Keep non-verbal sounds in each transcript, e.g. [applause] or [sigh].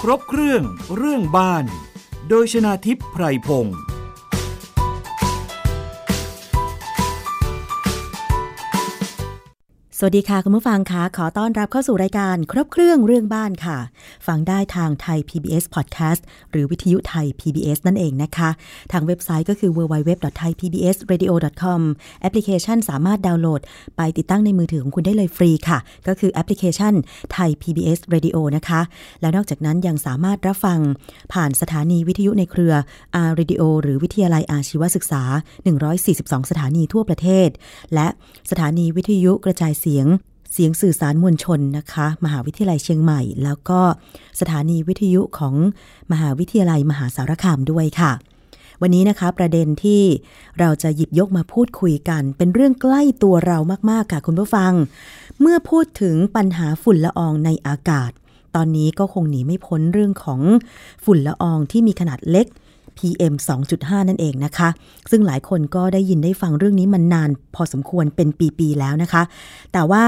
ครบเครื่องเรื่องบ้าน โดยชนาทิพย์ไพรพงศ์ สวัสดีค่ะคุณผู้ฟังคะขอต้อนรับเข้าสู่รายการครบเครื่องเรื่องบ้านค่ะ ฟังได้ทางไทย PBS Podcast หรือวิทยุไทย PBS นั่นเองนะคะ ทางเว็บไซต์ก็คือ www.thaipbsradio.com แอปพลิเคชันสามารถดาวน์โหลด ไปติดตั้งในมือถือของคุณได้เลยฟรีค่ะ ก็คือแอปพลิเคชันไทย PBS Radio นะคะ แล้วนอกจากนั้นยังสามารถรับฟังผ่านสถานีวิทยุในเครือ R Radio หรือวิทยาลัยอาชีวศึกษา 142 สถานีทั่วประเทศ และสถานีวิทยุกระจายเสียง เสียงสื่อสารมวลชนนะคะ มหาวิทยาลัยเชียงใหม่ แล้วก็สถานีวิทยุของมหาวิทยาลัยมหาสารคามด้วยค่ะ วันนี้นะคะประเด็นที่เราจะหยิบยกมาพูดคุยกัน เป็นเรื่องใกล้ตัวเรามาก ๆ ค่ะคุณผู้ฟัง เมื่อพูดถึงปัญหาฝุ่นละอองในอากาศ ตอนนี้ก็คงหนีไม่พ้นเรื่องของฝุ่นละอองที่มีขนาดเล็ก PM 2.5 นั่นเองนะคะ ซึ่งหลายคนก็ได้ยินได้ฟังเรื่องนี้มันนานพอสมควรเป็นปีๆแล้วนะคะ แต่ว่า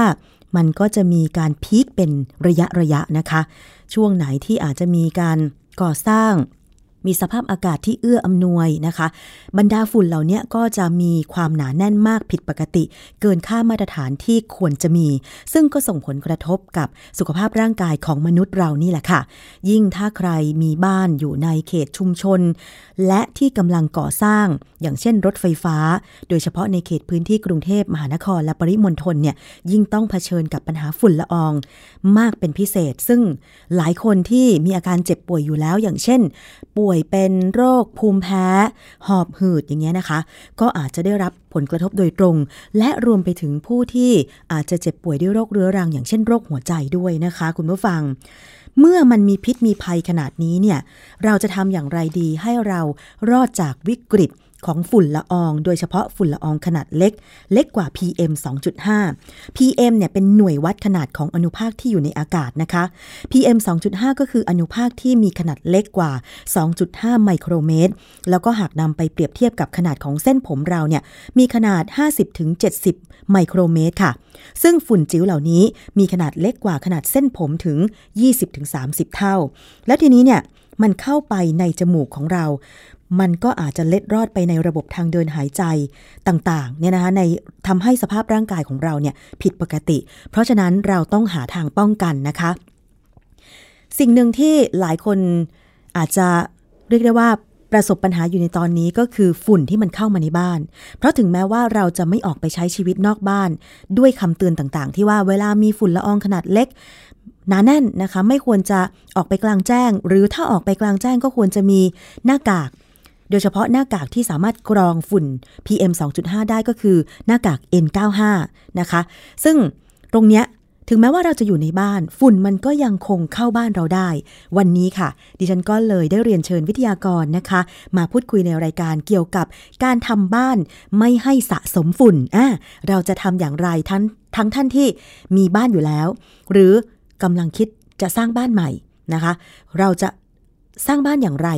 มันก็จะมีการพีคเป็นระยะระยะนะคะ ช่วงไหนที่อาจจะมีการก่อสร้าง มีสภาพอากาศที่เอื้ออำนวยนะคะ บรรดาฝุ่นเหล่าเนี้ยก็จะมีความหนาแน่นมากผิดปกติ เกินค่ามาตรฐานที่ควรจะมี ซึ่งก็ส่งผลกระทบกับสุขภาพร่างกายของมนุษย์เรานี่แหละค่ะ ยิ่งถ้าใครมีบ้านอยู่ในเขตชุมชน และที่กำลังก่อสร้าง อย่างเช่นรถไฟฟ้า โดยเฉพาะในเขตพื้นที่กรุงเทพมหานครและปริมณฑลเนี่ยยิ่งต้องเผชิญกับปัญหาฝุ่นละออง มากเป็นพิเศษ ซึ่งหลายคนที่มีอาการเจ็บป่วยอยู่แล้ว อย่างเช่น ป่วยเป็นโรคภูมิแพ้ หอบหืดอย่างเงี้ยนะคะ ก็อาจจะได้รับผลกระทบโดยตรง และรวมไปถึงผู้ที่อาจจะเจ็บป่วยด้วยโรคเรื้อรัง อย่างเช่นโรคหัวใจด้วยนะคะ คุณผู้ฟัง เมื่อมันมีพิษมีภัยขนาดนี้เนี่ย เราจะทำอย่างไรดีให้เรารอดจากวิกฤตของฝุ่นละออง โดยเฉพาะฝุ่นละอองขนาดเล็ก เล็กกว่า PM 2.5 PM เนี่ยเป็นหน่วยวัดขนาดของอนุภาคที่อยู่ในอากาศนะคะ PM 2.5 ก็คืออนุภาคที่มีขนาดเล็กกว่า 2.5 ไมโครเมตร แล้วก็หากนำไปเปรียบเทียบกับขนาดของเส้นผมเราเนี่ย มีขนาด 50-70 ไมโครเมตรค่ะ ซึ่งฝุ่นจิ๋วเหล่านี้มีขนาดเล็กกว่าขนาดเส้นผมถึง 20-30 เท่า แล้วทีนี้เนี่ย มันเข้าไปในจมูกของเรา มันก็อาจจะเล็ดรอดไปในระบบทางเดินหายใจต่างๆ เนี่ยนะคะ ในทำให้สภาพร่างกายของเราเนี่ยผิดปกติ เพราะฉะนั้นเราต้องหาทางป้องกันนะคะ สิ่งหนึ่งที่หลายคนอาจจะเรียกได้ว่าประสบปัญหาอยู่ในตอนนี้ก็คือฝุ่นที่มันเข้ามาในบ้าน เพราะถึงแม้ว่าเราจะไม่ออกไปใช้ชีวิตนอกบ้าน ด้วยคำเตือนต่างๆ ที่ว่าเวลามีฝุ่นละอองขนาดเล็ก หนาแน่นนะคะ ไม่ควรจะออกไปกลางแจ้ง หรือถ้าออกไปกลางแจ้งก็ควรจะมีหน้ากาก โดยเฉพาะหน้ากากที่สามารถกรองฝุ่น PM 2.5 ได้ก็คือหน้ากาก N95 นะคะ ซึ่งตรงเนี้ยถึงแม้ว่าเราจะอยู่ในบ้าน ฝุ่นมันก็ยังคงเข้าบ้านเราได้ วันนี้ค่ะ ดิฉันก็เลยได้เรียนเชิญวิทยากรนะคะ มาพูดคุยในรายการเกี่ยวกับการทำบ้านไม่ให้สะสมฝุ่นอ่ะเราจะทำอย่างไรทั้งทั้งท่านที่มีบ้านอยู่แล้ว หรือกำลังคิดจะสร้างบ้านใหม่นะคะ เราจะ สร้างบ้านอย่างไร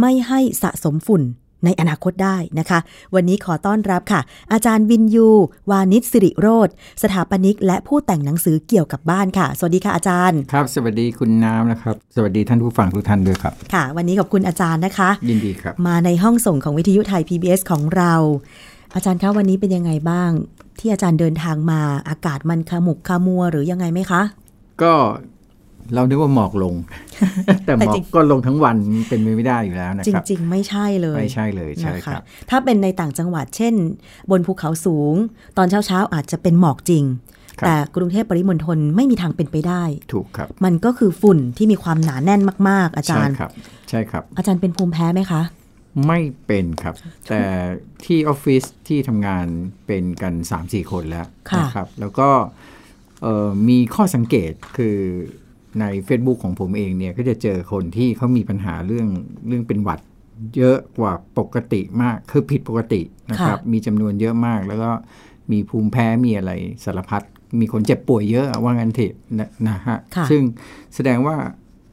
ไม่ให้สะสมฝุ่นในอนาคตได้นะคะ วันนี้ขอต้อนรับค่ะ อาจารย์วินยู วานิชสิริโรธสถาปนิก และผู้แต่งหนังสือเกี่ยวกับบ้านค่ะ สวัสดีค่ะอาจารย์ ครับ สวัสดีคุณน้ำนะครับ สวัสดีท่านผู้ฟังทุกท่านด้วยครับ ค่ะ วันนี้ขอบคุณอาจารย์นะคะ ยินดีครับ มาในห้องส่งของวิทยุไทย PBS ของเรา อาจารย์คะวันนี้เป็นยังไงบ้าง ที่อาจารย์เดินทางมาอากาศมันขมุกขมัวหรือยังไงไหมคะ ก็เรานึกว่าหมอกล [laughs] ง แต่หมอ แต่จ ก ริง ก็ลงทั้งวันเป็นไปไม่ได้อยู่แล้วนะ จ ครับ ริง ๆ ไม่ใช่เลย ไม่ใช่เลยใช่ นะ ค คะ รับ ถ้าเป็นในต่างจังหวัดเช่น บนภูเขาสูง ตอนเช้าเช้าๆอาจจะเป็นหมอกจริง ครับ แต่กรุงเทพปริมณฑลไม่มีทางเป็นไปได้ ถูกครับ มันก็คือฝุ่นที่มีความหนาแน่นมาก ๆ อาจา ใช่ รย์ ครับ ใช่ครับ อาจารย์เป็นภูมิแพ้ไหมคะ ไม่เป็นครับ แต่ที่ออฟฟิศที่ทำงานเป็นกัน 3-4 คนแล้ว ค่ะ นะครับ แล้วก็เอ่อมีข้อสังเกตคือใน Facebook ของผมเองเนี่ย ก็จะเจอคนที่เขามีปัญหาเรื่องเรื่องเป็นหวัด เยอะกว่าปกติมาก คือผิดปกตินะครับ มีจำนวนเยอะมาก แล้วก็มีภูมิแพ้มีอะไรสารพัดมีคนเจ็บป่วยเยอะว่างั้นเถอะนะนะฮะ ค่ะ ซึ่งแสดงว่า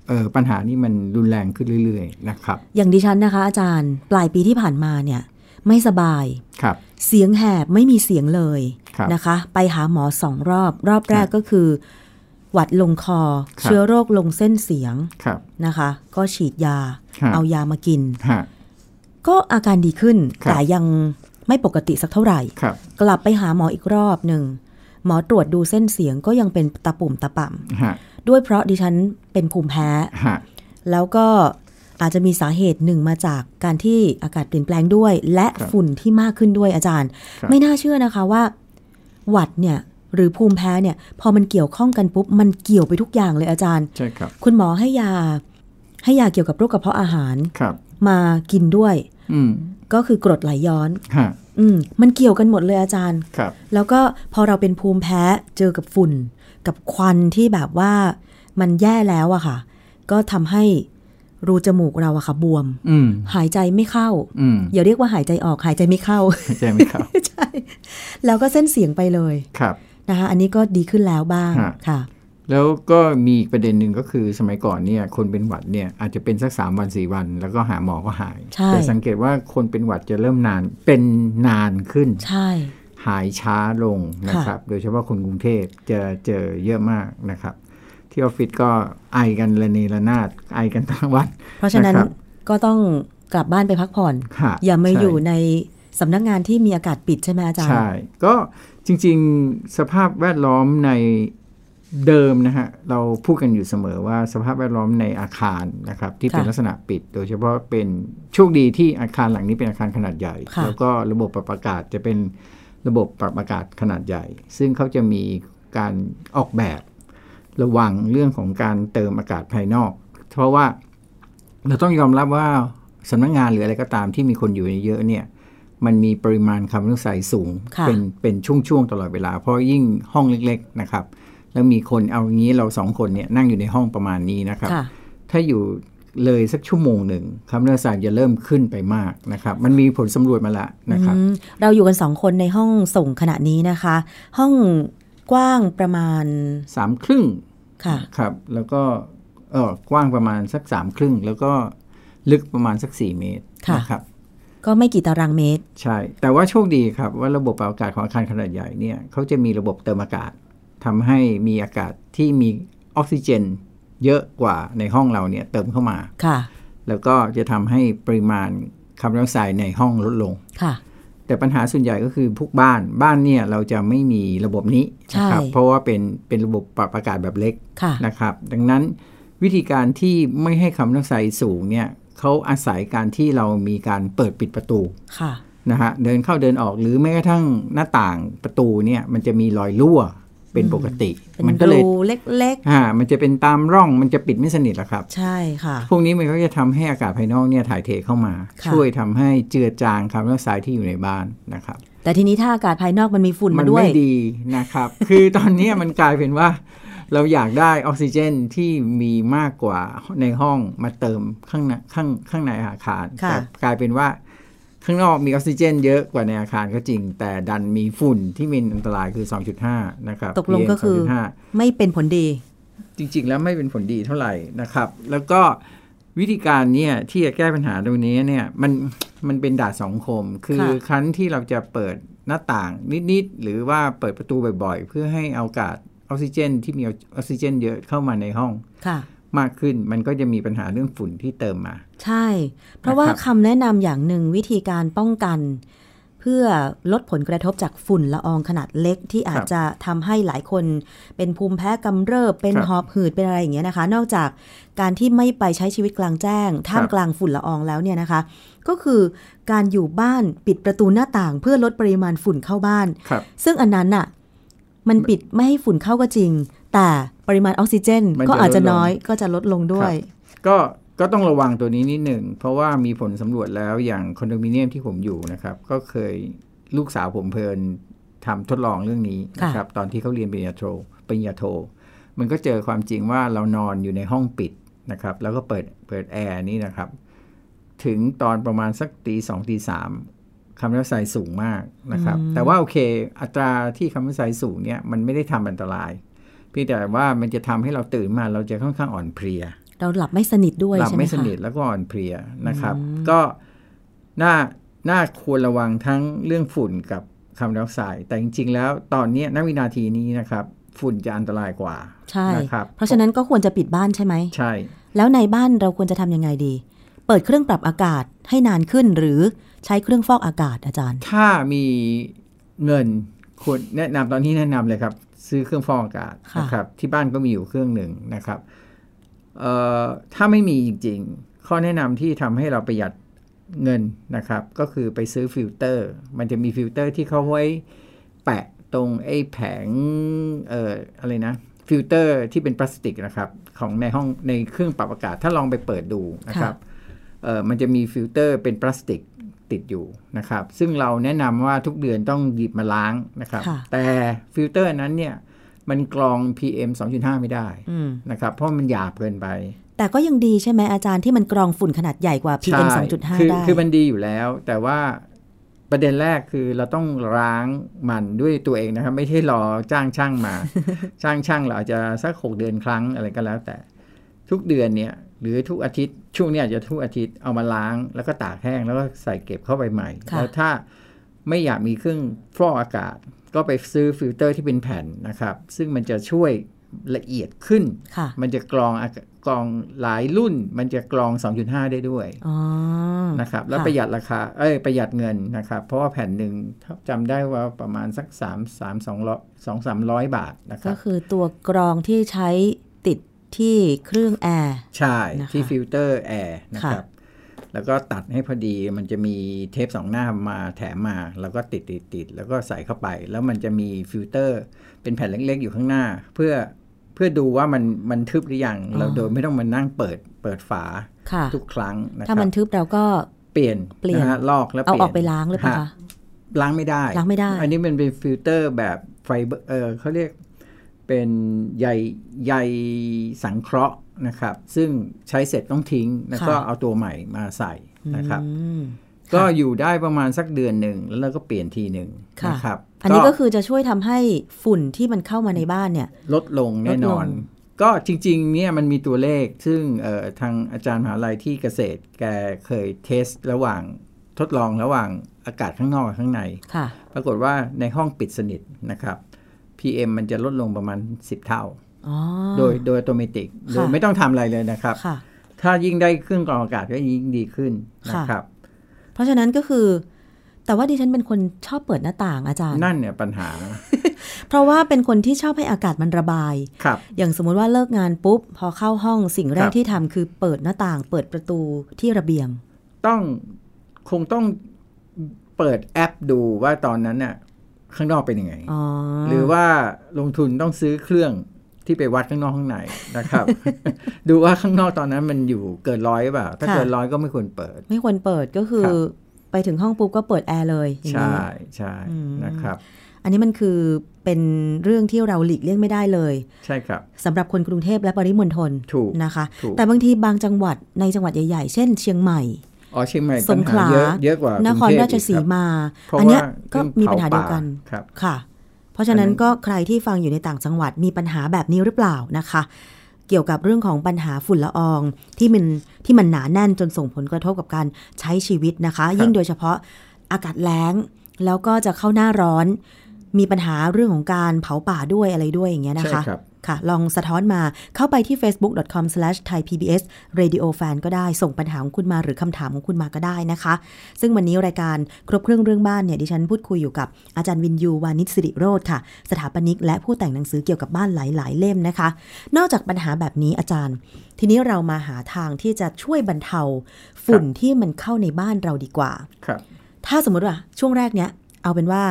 เอ่อปัญหานี้มันรุนแรงขึ้นเรื่อยๆนะครับ อย่างดิฉันนะคะ อาจารย์ปลายปีที่ผ่านมาเนี่ย ไม่สบาย ครับ เสียงแหบไม่มีเสียงเลย ครับ นะคะ ไปหาหมอสองรอบ รอบแรก ครับ ก็คือ หวัดลงคอ ครับ เชื้อโรคลงเส้นเสียง ครับ นะคะ ก็ฉีดยา ครับ เอายามากิน ฮะ ก็อาการดีขึ้น ครับ แต่ยังไม่ปกติสักเท่าไหร่ ครับ กลับไปหาหมออีกรอบหนึ่ง หมอตรวจดูเส้นเสียงก็ยังเป็นตะปุ่มตะป่ ฮะ ำด้วยเพราะดิฉันเป็นภูมิแพ้ ฮะ แล้วก็อาจจะมีสาเหตุหนึ่งมาจากการที่อากาศเปลี่ยนแปลงด้วย และฝุ่นที่มากขึ้นด้วยอาจารย์ ครับ ไม่น่าเชื่อนะคะว่า หวัดเนี่ยหรือภูมิแพ้เนี่ย พอมันเกี่ยวข้องกันปุ๊บ มันเกี่ยวไปทุกอย่างเลยอาจารย์ ใช่ครับ คุณหมอให้ยา ให้ยาเกี่ยวกับโรคกระเพาะอาหาร ครับ มากินด้วย อืม ก็คือกรดไหลย้อน ฮะ อืมมันเกี่ยวกันหมดเลยอาจารย์ ครับ แล้วก็พอเราเป็นภูมิแพ้เจอกับฝุ่น กับควันที่แบบว่ามันแย่แล้วอะค่ะ ก็ทำให้รูจมูกเราอะค่ะ บวม อืม หายใจไม่เข้า อืม อย่าเรียกว่าหายใจออกหายใจไม่เข้า [laughs] เข้าใจไหมครับ ใช่ แล้วก็เส้นเสียงไปเลย ครับ นะคะ อันนี้ก็ดีขึ้นแล้วบ้าง ฮะ ค่ะ แล้วก็มีอีกประเด็นหนึ่งก็คือสมัยก่อนเนี่ยคนเป็นหวัดเนี่ยอาจจะเป็นสักสามวันสี่วัน แล้วก็หาหมอก็หาย ใช่ แต่สังเกตว่าคนเป็นหวัดจะเริ่มนานเป็นนานขึ้น ใช่ หายช้าลงนะครับ โดยเฉพาะคนกรุงเทพจะเจอเยอะมากนะครับ ที่ออฟฟิศก็ไอกันระเนระนาดไอกันทั้งวัด เพราะฉะนั้น นะครับ ก็ต้องกลับบ้านไปพักผ่อน ค่ะ อย่ามา ใช่ อยู่ในสำนักงานที่มีอากาศปิดใช่ไหมอาจารย์ ใช่ ก็จริงๆสภาพแวดล้อมในเดิมนะฮะ เราพูดกันอยู่เสมอว่าสภาพแวดล้อมในอาคารนะครับ ที่เป็น ค่ะ ลักษณะปิด โดยเฉพาะเป็นโชคดีที่อาคารหลังนี้เป็นอาคารขนาดใหญ่ ค่ะ แล้วก็ระบบปรับอากาศจะเป็นระบบปรับอากาศขนาดใหญ่ ซึ่งเขาจะมีการออกแบบระวังเรื่องของการเติมอากาศภายนอก เพราะว่าเราต้องยอมรับว่าสำนักงานหรืออะไรก็ตามที่มีคนอยู่เยอะๆเนี่ย มันมีปริมาณคาร์บอนไดออกไซด์สูง ค่ะ เป็นเป็นช่วงๆตลอดเวลา เพราะยิ่งห้องเล็กๆนะครับ แล้วมีคนเอาอย่างนี้เราสองคนเนี่ยนั่งอยู่ในห้องประมาณนี้นะครับ ค่ะ ถ้าอยู่เลยสักชั่วโมงหนึ่งคาร์บอนไดออกไซด์จะเริ่มขึ้นไปมากนะครับ มันมีผลสำรวจมาละนะครับ อืมเราอยู่กันสองคนในห้องส่งขณะนี้นะคะ ห้องกว้างประมาณ สามครึ่ง ค่ะ ครับ แล้วก็เออกว้างประมาณสักสามครึ่ง แล้วก็ลึกประมาณสักสี่เมตร ค่ะ นะครับ ก็ไม่กี่ตารางเมตร ใช่ แต่ว่าโชคดีครับว่าระบบปรับอากาศของอาคารขนาดใหญ่เนี่ยเขาจะมีระบบเติมอากาศทำให้มีอากาศที่มีออกซิเจน เยอะกว่าในห้องเราเนี่ยเติมเข้ามา ค่ะ แล้วก็จะทำให้ปริมาณคาร์บอนไดออกไซด์ในห้องลดลง ค่ะ แต่ปัญหาส่วนใหญ่ก็คือพวกบ้านบ้านเนี่ยเราจะไม่มีระบบนี้นะครับ ใช่ เพราะว่าเป็นเป็นระบบปรับอากาศแบบเล็ก ค่ะ นะครับดังนั้นวิธีการที่ไม่ให้คาร์บอนไดออกไซด์สูงเนี่ยเขาอาศัยการที่เรามีการเปิดปิดประตู ค่ะ นะฮะเดินเข้าเดินออกหรือแม้กระทั่งหน้าต่างประตูเนี่ยมันจะมีรอยรั่วเป็นปกติ เป็ มัน ก็เลย รูเล็ก อ่ามันจะเป็นตามร่องมันจะปิดไม่สนิทละครับ ๆ ใช่ค่ะ พวกนี้มันก็จะทำให้อากาศภายนอกเนี่ยถ่ายเทเข้ามา ค่ะ ช่วยทำให้เจือจางคาร์บอนไดออกไซด์ที่อยู่ในบ้านนะครับ แต่ทีนี้ถ้าอากาศภายนอกมันมีฝุ่น มั มาด้วย ไม่ดีนะครับ [laughs] คือตอนเนี้ยมันกลายเป็นว่า เราอยากได้ออกซิเจนที่มีมากกว่าในห้องมาเติมข้างในข้างข้างในอาคาร ค่ะ แต่กลายเป็นว่า ข้างนอกมีออกซิเจนเยอะกว่าในอาคารก็จริง แต่ดันมีฝุ่นที่มีอันตรายคือ 2.5 นะครับ ตกลง PM ก็คือ 2.5 ไม่เป็นผลดี จริง ๆ แล้วไม่เป็นผลดีเท่าไหร่นะครับ แล้วก็วิธีการเนี่ยที่จะแก้ปัญหาตรงนี้เนี่ยมันมันเป็นดาดสองคม คือ ค่ะ ครั้นที่เราจะเปิดหน้าต่างนิด ๆ หรือว่าเปิดประตูบ่อย ๆ เพื่อให้เอาอากาศออกซิเจน ที่มีออกซิเจน เยอะเข้ามาในห้อง ค่ะ มากขึ้น มันก็จะมีปัญหาเรื่องฝุ่นที่เติมมา ใช่ เพราะว่า นะครับ คำแนะนำอย่างหนึ่งวิธีการป้องกัน เพื่อลดผลกระทบจากฝุ่นละอองขนาดเล็กที่อาจจะทำให้หลายคนเป็นภูมิแพ้กำเริบเป็น ครับ หอบหืดเป็นอะไรอย่างเงี้ยนะคะ นอกจากการที่ไม่ไปใช้ชีวิตกลางแจ้ง ท่าม ครับ กลางฝุ่นละอองแล้วเนี่ยนะคะ ก็คือการอยู่บ้านปิดประตูหน้าต่าง เพื่อลดปริมาณฝุ่นเข้าบ้าน ครับ ซึ่งอันนั้นน่ะมันปิดไม่ให้ฝุ่นเข้าก็จริง แต่ปริมาณออกซิเจน มัน ก็ จะ อาจจะ ลดลง น้อยก็จะลดลงด้ว ครั ย บ ก็ก็ต้องระวังตัวนี้นิดหนึ่ง เพราะว่ามีผลสำรวจแล้วอย่างคอนโดมิเนียมที่ผมอยู่นะครับ ก็เคยลูกสาวผมเพลินทำทดลองเรื่องนี้ ค่ะ นะครับ ตอนที่เขาเรียนปริญญาโทปริญญาโท มันก็เจอความจริงว่าเรานอนอยู่ในห้องปิดนะครับ แล้วก็เปิดเปิดแอร์นี่นะครับ ถึงตอนประมาณสักตีสองตีสามคาร์บอนไดออกไซด์สูงมากนะครับ แต่ว่าโอเค อัตราที่คาร์บอนไดออกไซด์สูงเนี่ยมันไม่ได้ทำอันตรายเพียงแต่ว่ามันจะทำให้เราตื่นมาเราจะค่อนข้างอ่อนเพลีย เราหลับไม่สนิทด้วย หลับ ใช่ไหม ไม่ส คะ นิทแล้วก็อ่อนเพลียนะครับ ก็น่าน่าควรระวังทั้งเรื่องฝุ่นกับคาร์บอนไดออกไซด์แต่จริง ๆ แล้วตอนเนี้ยณวินาทีนี้นะครับ ฝุ่นจะอันตรายกว่า ใช่ นะครับ เพราะฉะนั้นก็ควรจะปิดบ้านใช่ไหม ใช่ แล้วในบ้านเราควรจะทำยังไงดี เปิดเครื่องปรับอากาศให้นานขึ้นหรือใช้เครื่องฟอกอากาศอาจารย์ ถ้ามีเงินควรแนะนำตอนนี้แนะนำเลยครับ ซื้อเครื่องฟอกอากาศ ค่ะ นะครับ ที่บ้านก็มีอยู่เครื่องหนึ่งนะครับเอ่อถ้าไม่มีจริงๆ ข้อแนะนำที่ทำให้เราประหยัดเงินนะครับ ก็คือไปซื้อฟิลเตอร์ มันจะมีฟิลเตอร์ที่เขาไว้แปะตรงไอ้แผงเอ่ออะไรนะฟิลเตอร์ที่เป็นพลาสติกนะครับ ของในห้องในเครื่องปรับอากาศ ถ้าลองไปเปิดดูนะครับ เอ่อมันจะมีฟิลเตอร์เป็นพลาสติกติดอยู่นะครับ ซึ่งเราแนะนำว่าทุกเดือนต้องหยิบมาล้างนะครับ ค่ะ แต่ฟิลเตอร์นั้นเนี่ยมันกรอง PM 2.5 ไม่ได้ อืม นะครับ เพราะมันหยาบเกินไป แต่ก็ยังดีใช่ไหมอาจารย์ที่มันกรองฝุ่นขนาดใหญ่กว่า PM ใช่คื 2.5 ได้ คือมันดีอยู่แล้ว แต่ว่าประเด็นแรกคือเราต้องล้างมันด้วยตัวเองนะครับ ไม่ใช่รอจ้างช่าง [laughs] มา จ้างช่างเราอาจจะสักหกเดือนครั้งอะไรก็แล้วแต่ ทุกเดือนเนี่ยหรือทุกอาทิตย์ช่วงเนี้ยอาจจะทุกอาทิตย์เอามาล้าง แล้วก็ตากแห้งแล้วก็ใส่เก็บเข้าไปใหม่ ค่ะ แล้วถ้าไม่อยากมีเครื่องฟอกอากาศ ก็ไปซื้อฟิลเตอร์ที่เป็นแผ่นนะครับ ซึ่งมันจะช่วยละเอียดขึ้น ค่ะ มันจะกรองอากากรองหลายรุ่น มันจะกรอง 2.5 ได้ด้วย อ๋อ นะครับ แล้ว ค่ะ ประหยัดราคาเอ้ยประหยัดเงินนะครับ เพราะว่าแผ่นหนึ่งถ้าจำได้ว่าประมาณสัก 3 3 2 2 300 บาทนะครั ก็ บ คือตัวกรองที่ใช้ติดที่เครื่องแอร์ ใช่ นะคะ ที่ฟิลเตอร์แอร์นะค ค่ะ รับ แล้วก็ตัดให้พอดีมันจะมีเทปสองหน้ามาแถมมา แล้วก็ติดติดติดแล้วก็ใส่เข้าไป แล้วมันจะมีฟิลเตอร์เป็นแผ่นเล็กๆอยู่ข้างหน้า เพื่อเพื่อดูว่ามันมันทึบหรือยังเราโดยไม่ต้องมานั่งเปิดเปิดฝา ค่ะ ทุกครั้งนะค ถ้า รับ มันทึบเราก็ เปลี่ยน เปลี่ยน นะฮะลอกแล้ว เอา เปลี่ยน ออกไปล้างหรือเปล่า ฮะ คะ ล้างไม่ได้ ล้างไม่ได้ นนี้มันเป็นฟิลเตอร์แบบไฟเบอร์เออเขาเรียกเป็นใยใยสังเคราะห์นะครับ ซึ่งใช้เสร็จต้องทิ้ง แล้วก็เอาตัวใหม่มาใส่นะครับ อืม ก็อยู่ได้ประมาณสักเดือนหนึ่ง แล้วเราก็เปลี่ยนทีหนึ่ง ค่ะ นะครับ อันนี้ก็คือจะช่วยทำให้ฝุ่นที่มันเข้ามาในบ้านเนี่ย ลดลงแน่นอน ลดล ก็จริงๆเนี่ยมันมีตัวเลข ซึ่งเอ่อทางอาจารย์มหาลัยที่เกษตรแกเคยเทสระหว่างทดลองระหว่างอากาศข้างนอกกับข้างใน ค่ะ ปรากฏว่าในห้องปิดสนิทนะครับ PM มันจะลดลงประมาณ 10 เท่า อ๋อ โดยโดยอัตโนมัติโดย ค่ะ ไม่ต้องทำอะไรเลยนะครับ ค่ะ ถ้ายิ่งได้เครื่องกรองอากาศก็ยิ่งดีขึ้นนะครับ เพราะฉะนั้นก็คือ แต่ว่าดิฉันเป็นคนชอบเปิดหน้าต่างอาจารย์ นั่นเนี่ยปัญหา เพราะว่าเป็นคนที่ชอบให้อากาศมันระบาย ครับ อย่างสมมุติว่าเลิกงานปุ๊บ พอเข้าห้องสิ่งแรกครับ ที่ทำคือเปิดหน้าต่าง เปิดประตูที่ระเบียง ต้องคงต้องเปิดแอปดูว่าตอนนั้นน่ะข้างนอกเป็นยังไง อ๋อ หรือว่าลงทุนต้องซื้อเครื่องที่ไปวัดข้างนอกข้างใน [laughs] นะครับ ดูว่าข้างนอกตอนนั้นมันอยู่เกินร้อยหรือเปล่า ถ้าเกินร้อยก็ไม่ควรเปิด ไม่ควรเปิดก็คือ ครับ ไปถึงห้องปุ๊บก็เปิดแอร์เลยอย่าง ใช่ นี้ ใช่ อืม นะครับ อันนี้มันคือเป็นเรื่องที่เราหลีกเลี่ยงไม่ได้เลย ใช่ครับ สำหรับคนกรุงเทพและปริมณฑล ถูก นะคะ ถูก แต่บางทีบางจังหวัดในจังหวัดใหญ่ๆ เช่นเชียงใหม่ อ๋อเชียงใหม่ ส ปัญ งข หา ลา เยอะเยอะกว่าก น ง ครเทพ ราชสี อีกครับ มา เพราะ อันเนี้ย ว่า ก็ รื่อง มีปัญหาเดียวกัน ผาป่าครับ ค่ะ เพราะฉะนั้น อันนั้น ก็ใครที่ฟังอยู่ในต่างจังหวัดมีปัญหาแบบนี้หรือเปล่านะคะ เกี่ยวกับเรื่องของปัญหาฝุ่นละอองที่มันที่มันหนาแน่นจนส่งผลกระทบกับการใช้ชีวิตนะคะ ยิ่งโดยเฉพาะอากาศแล้ง แล้วก็จะเข้าหน้าร้อน มีปัญหาเรื่องของการเผาป่าด้วยอะไรด้วยอย่างเงี้ยนะ ใช่ คะ ครับ ค่ะ ลองสะท้อนมาเข้าไปที่ facebook.com/thaipbsradiofan ก็ได้ ส่งปัญหาของคุณมาหรือคำถามของคุณมาก็ได้นะคะ ซึ่งวันนี้รายการครบเครื่องเรื่องบ้านเนี่ยดิฉันพูดคุยอยู่กับอาจารย์วินยูวานิชสิริโรธค่ะ สถาปนิกและผู้แต่งหนังสือเกี่ยวกับบ้านหลาย ๆ เล่มนะคะ นอกจากปัญหาแบบนี้อาจารย์ ทีนี้เรามาหาทางที่จะช่วยบรรเทา ฝุ่นที่มันเข้าในบ้านเราดีกว่า ครับ ถ้าสมมติว่าช่วงแรกเนี้ยเอาเป็นว่า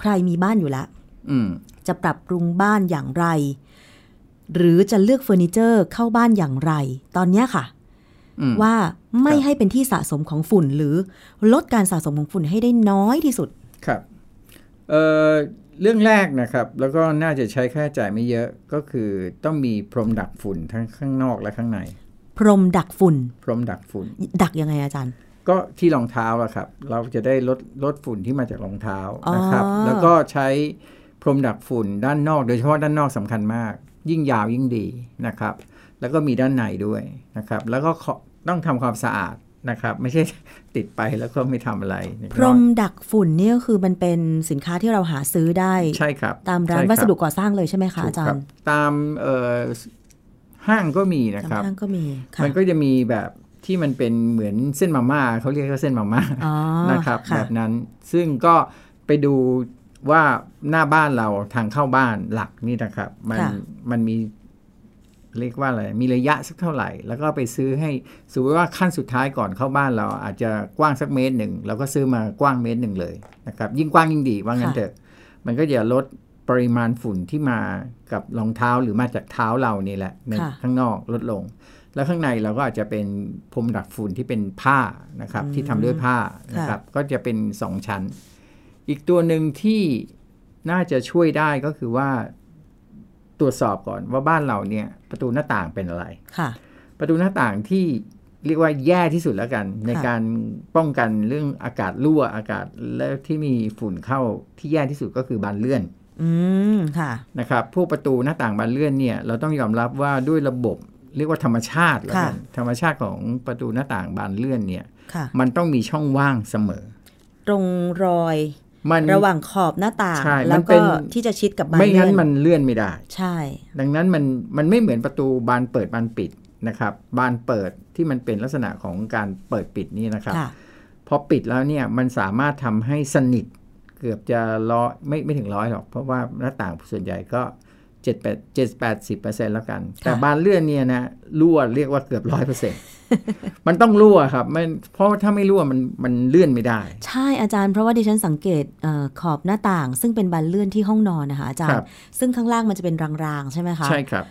ใครมีบ้านอยู่แล้ว อืม จะปรับปรุงบ้านอย่างไร หรือจะเลือกเฟอร์นิเจอร์เข้าบ้านอย่างไร ตอนเนี้ยค่ะ อืม ว่าไม่ให้เป็นที่สะสมของฝุ่น หรือลดการสะสมของฝุ่นให้ได้น้อยที่สุด ครับเอ่อเรื่องแรกนะครับ แล้วก็น่าจะใช้ค่าใช้จ่ายไม่เยอะก็คือต้องมีพรมดักฝุ่นทั้งข้างนอกและข้างใน พรมดักฝุ่น พรมดักฝุ่น ดักยังไงอาจารย์ ก็ที่รองเท้าอะครับ เราจะได้ลดลดฝุ่นที่มาจากรองเท้านะครับ อ๋อ แล้วก็ใช้พรมดักฝุ่นด้านนอกโดยเฉพาะด้านนอกสำคัญมาก ยิ่งยาวยิ่งดีนะครับ แล้วก็มีด้านในด้วยนะครับ แล้วก็ขอต้องทำความสะอาด นะครับ ไม่ใช่ติดไปแล้วก็ไม่ทำอะไร พรมดักฝุ่นเนี่ยก็คือมันเป็นสินค้าที่เราหาซื้อได้ ใช่ครับ ตามร้าน ใช่คบ วัสดุก่อสร้างเลยใช่ไหมคะ ถู อาก จา ค ร บ ย์ ตามเอ่อห้างก็มีนะ ตาม ครับ ห้างก็มีค่ะ มันก็จะมีแบบที่มันเป็นเหมือนเส้นมาม่าเขาเรียกว่าเส้นมาม่า อ๋อ นะครับ ะ แบบนั้นซึ่งก็ไปดูว่าหน้าบ้านเราทางเข้าบ้านหลักนี่นะครับ มันมันมีเรียกว่าอะไรมีระยะสักเท่าไหร่ แล้วก็ไปซื้อให้สมมติว่าขั้นสุดท้ายก่อนเข้าบ้านเราอาจจะกว้างสักเมตรหนึ่งเราก็ซื้อมากว้างเมตรหนึ่งเลยนะครับ ยิ่งกว้างยิ่งดีว่างั้นเถอะมันก็จะลดปริมาณฝุ่นที่มากับรองเท้าหรือมาจากเท้าเรานี่แหละใน ค่ะ ข้างนอกลดลง แล้วข้างในเราก็อาจจะเป็นพรมดักฝุ่นที่เป็นผ้านะครับ ที่ทำด้วยผ้านะครับ ก็จะเป็น 2 ชั้น อีกตัวหนึ่งที่น่าจะช่วยได้ก็คือว่าตรวจสอบก่อนว่าบ้านเราเนี่ยประตูหน้าต่างเป็นอะไร ค่ะ ประตูหน้าต่างที่เรียกว่าแย่ที่สุดแล้วกัน ในการป้องกันเรื่องอากาศรั่วอากาศแล้วที่มีฝุ่นเข้าที่แย่ที่สุดก็คือบานเลื่อน อืมค่ะ นะครับพวกประตูหน้าต่างบานเลื่อนเนี่ยเราต้องยอมรับว่าด้วยระบบเรียกว่าธรรมชาติแล้วกันธรรมชาติของประตูหน้าต่างบานเลื่อนเนี่ย ค่ะ มันต้องมีช่องว่างเสมอ ตรงรอย มัน ระหว่างขอบหน้าต่าง ใช่มั แล้ น ว เป็ ก็ น ที่จะชิดกับบาน ไม่งั้น เลื่อ มันเลื่อนไม่ได้ ใช่ ดังนั้นมันมันไม่เหมือนประตูบานเปิดบานปิดนะครับบานเปิดที่มันเป็นลักษณะของการเปิดปิดนี่นะครับ ค่ะ พอปิดแล้วเนี่ยมันสามารถทำให้สนิทเกือบจะร้อยไม่ไม่ถึงร้อยหรอก เพราะว่าหน้าต่างส่วนใหญ่ก็7 8 7 8 0 แล้วกัน แต่บานเลื่อนเนี่ยนะรั่วเรียกว่าเกือบร้อยเปอร์เซ็นต์มันต้องรั่วครับมันเพราะว่าถ้าไม่รั่วมันมันเลื่อนไม่ได้ ใช่อาจารย์เพราะว่าดิฉันสังเกตเออขอบหน้าต่าง ซึ่งเป็นบานเลื่อนที่ห้องนอนนะคะอาจาร ครั ย์ บ ซึ่งข้างล่างมันจะเป็นรางๆ ใช่ไหมคะ ใช่ครับ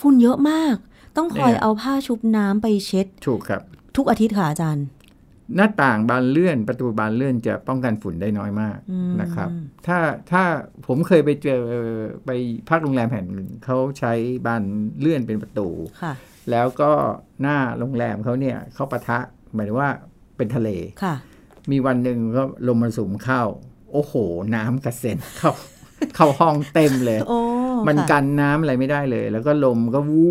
ฝุ่นเยอะมาก ต้องคอย เนี่ย เอาผ้าชุบน้ำไปเช็ด ถูกครับ ทุกอาทิตย์ค่ะอาจารย์ หน้าต่างบานเลื่อนประตูบานเลื่อนจะป้องกันฝุ่นได้น้อยมาก อืม นะครับ ถ้าถ้าผมเคยไปเจอไปพักโรงแรมแห่งหนึ่งเขาใช้บานเลื่อนเป็นประตู ค่ะ แล้วก็หน้าโรงแรมเขาเนี่ยเขาปะทะหมายถึงว่าเป็นทะเล ค่ะ มีวันหนึ่งก็ลมมรสุมเข้า โอ้โห น้ำกระเซ็นเข้า เข้าห้องเต็มเลย โอ้ มัน ค่ะ กันน้ำอะไรไม่ได้เลย แล้วก็ลมก็วู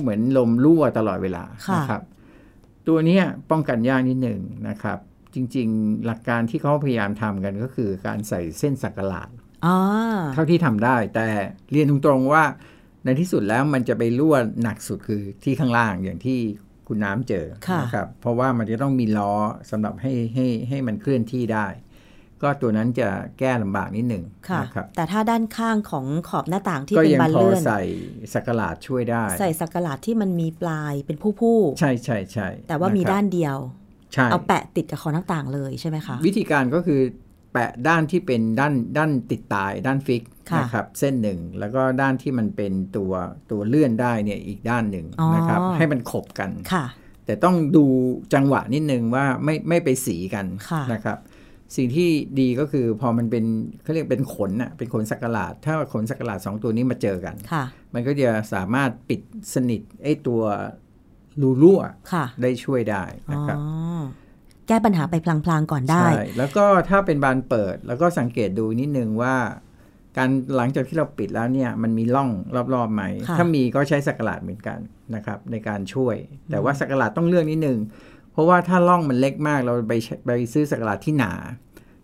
เหมือนลมรั่วตลอดเวลา ค่ะ นะครับ ตัวเนี้ยป้องกันยากนิดหนึ่งนะครับ จริงๆ หลักการที่เขาพยายามทำกันก็คือการใส่เส้นสักหลาด อ๋อ เท่าที่ทำได้ แต่เรียนตรงๆว่าในที่สุดแล้วมันจะไปรั่วหนักสุดคือที่ข้างล่างอย่างที่คุณน้ำเจอ ค่ะ นะครับเพราะว่ามันจะต้องมีล้อสำหรับให้ให้ให้มันเคลื่อนที่ได้ ก็ตัวนั้นจะแก้ลำบากนิดหนึ่ง ค่ะ นะครับ แต่ถ้าด้านข้างของขอบหน้าต่างที่ ก็ เป็น ยัง บาน พอ เลื่อน ใส่สักหลาดช่วยได้ ใส่สักหลาดที่มันมีปลายเป็นผู้ผู้ๆ ใช่ใช่ใช่ แต่ว่ามี ะครับ ด้านเดียว ใช่ เอาแปะติดกับขอบหน้าต่างเลยใช่ไหมคะ วิธีการก็คือแปะด้านที่เป็นด้านด้านติดตาย ด้านฟิก ค่ะ นะครับเส้นหนึ่งแล้วก็ด้านที่มันเป็นตัวตัวเลื่อนได้เนี่ยอีกด้านหนึ่งนะครับ อ๋อ ให้มันขบกัน ค่ะ แต่ต้องดูจังหวะนิดนึงว่าไม่ไม่ไปสีกัน ค่ะ นะครับ สิ่งที่ดีก็คือพอมันเป็นเขาเรียกเป็นขนน่ะเป็นขนสักหลาด ถ้าขนสักหลาดสองตัวนี้มาเจอกัน ค่ะ มันก็จะสามารถปิดสนิทไอ้ตัวรูรั่ว ค่ะ ได้ช่วยได้ อ๋ นะ อ ครับ แก้ปัญหาไปพลางๆก่อนได้ ใช่แล้วก็ถ้าเป็นบานเปิด แล้วก็สังเกตดูนิดนึงว่า การหลังจากที่เราปิดแล้วเนี่ยมันมีร่องรอบๆไหม ค่ะ ถ้ามีก็ใช้สักหลาดเหมือนกันนะครับ ในการช่วย แต่ว่าสักหลาดต้องเลือกนิดนึง เพราะว่าถ้าร่องมันเล็กมากเราไปใช้ไปซื้อสักหลาดที่หนา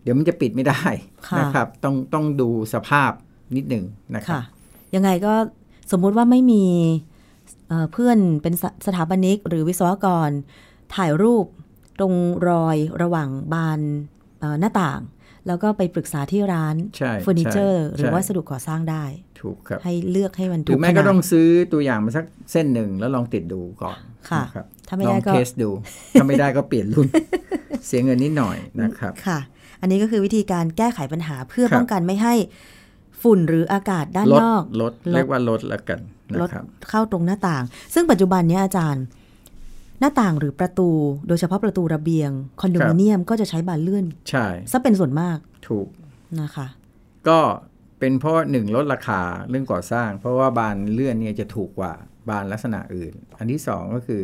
เดี๋ยวมันจะปิดไม่ได้ ค่ะ นะครับ ต้องต้องดูสภาพนิดหนึ่งนะครับ ค่ะ ยังไงก็สมมุติว่าไม่มีเอ่อเพื่อนเป็นสสถาปนิก หรือวิศวกร ถ่ายรูปตรงรอยระหว่างบานเอ่อหน้าต่าง แล้วก็ไปปรึกษาที่ร้าน ใช่ เฟอร์นิเจอร์ ใช่ หรือว่า ใช่ วัสดุก่อสร้างได้ ถูกครับ ให้เลือกให้มัน ห ถู รื ก อ ข แม่ นา ก็ ด ต้องซื้อตัวอย่างมาสักเส้นหนึ่งแล้วลองติดดูก่อน ค่ะ นรับ ถ้าไม่ได้ ลอง ก็ เทส [laughs] ดู ถ้าไม่ได้ก็เปลี่ยนรุ่น [laughs] เสียเงินนิดหน่อยนะครับ ค่ะ อันนี้ก็คือวิธีการแก้ไขปัญหาเพื่อ ครับ ป้องกันไม่ให้ฝุ่นหรืออากาศด้าน ลด นอก ลด ลด เรียกว่าลดแล้วกันนะ ลด ครับ เข้าตรงหน้าต่าง ซึ่งปัจจุบันเนี้ยอาจารย์ หน้าต่างหรือประตู โดยเฉพาะประตูระเบียง คอนโดมิเนียมก็จะใช้บานเลื่อน ใช่ ซะเป็นส่วนมาก ถูก นะคะ ก็เป็นเพราะหนึ่งลดราคาเรื่องก่อสร้าง เพราะว่าบานเลื่อนเนี่ยจะถูกกว่าบานลักษณะอื่น อันที่สองก็คือ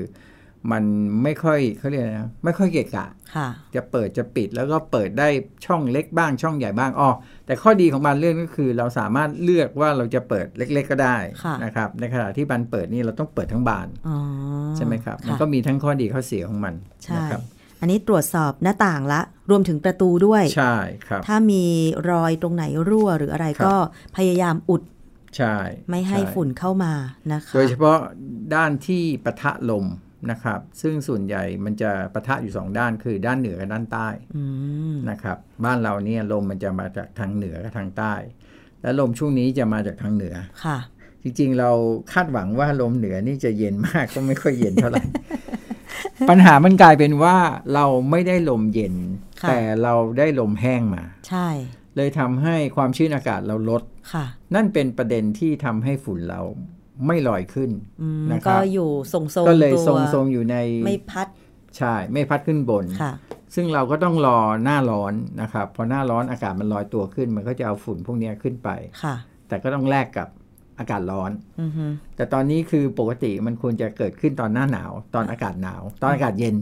มันไม่ค่อยเขาเรียกอะไรนะไม่ค่อยเกะกะ ค่ะ จะเปิดจะปิดแล้วก็เปิดได้ช่องเล็กบ้างช่องใหญ่บ้างอ๋อแต่ข้อดีของบานเลื่อนก็คือ เราสามารถเลือกว่าเราจะเปิดเล็ก ๆ ก็ได้ ค่ะ นะครับในขณะที่บานเปิดนี่เราต้องเปิดทั้งบาน อ๋อ ใช่ไหมครับ มัน ค่ะ ก็มีทั้งข้อดีข้อเสียของมัน ใช่ นะครับ อันนี้ตรวจสอบหน้าต่างละ รวมถึงประตูด้วย ใช่ครับ ถ้ามีรอยตรงไหนรั่วหรืออะไร ครับ ก็พยายามอุด ใช่ ไม่ให้ ช่ ฝุ่นเข้ามานะคะ โดยเฉพาะด้านที่ปะทะลมนะครับ ซึ่งส่วนใหญ่มันจะปะทะอยู่สองด้านคือด้านเหนือกับด้านใต้ อืม นะครับบ้านเราเนี่ยลมมันจะมาจากทางเหนือกับทางใต้ และลมช่วงนี้จะมาจากทางเหนือ ค่ะ จริงๆ เราคาดหวังว่าลมเหนือนี่จะเย็นมากก็ไม่ค่อยเย็นเท่าไหร่ [laughs] ปัญหามันกลายเป็นว่าเราไม่ได้ลมเย็น ค่ะ แต่เราได้ลมแห้งมา ใช่ เลยทำให้ความชื้นอากาศเราลด ค่ะ นั่นเป็นประเด็นที่ทำให้ฝุ่นเราไม่ลอยขึ้น อืม นะครับ ก็อยู่ทรงๆ ก็เลย ตัว ทรงทรงๆอยู่ใน ไม่พัด ใช่ ไม่พัดขึ้นบน ค่ะ ซึ่งเราก็ต้องรอหน้าร้อนนะครับพอหน้าร้อนอากาศมันลอยตัวขึ้น มันก็จะเอาฝุ่นพวกเนี้ยขึ้นไป ค่ะ แต่ก็ต้องแลกกับอากาศร้อน อือฮึ แต่ตอนนี้คือปกติมันควรจะเกิดขึ้นตอนหน้าหนาว ตอนอากาศหนาว ตอนอากาศเย็น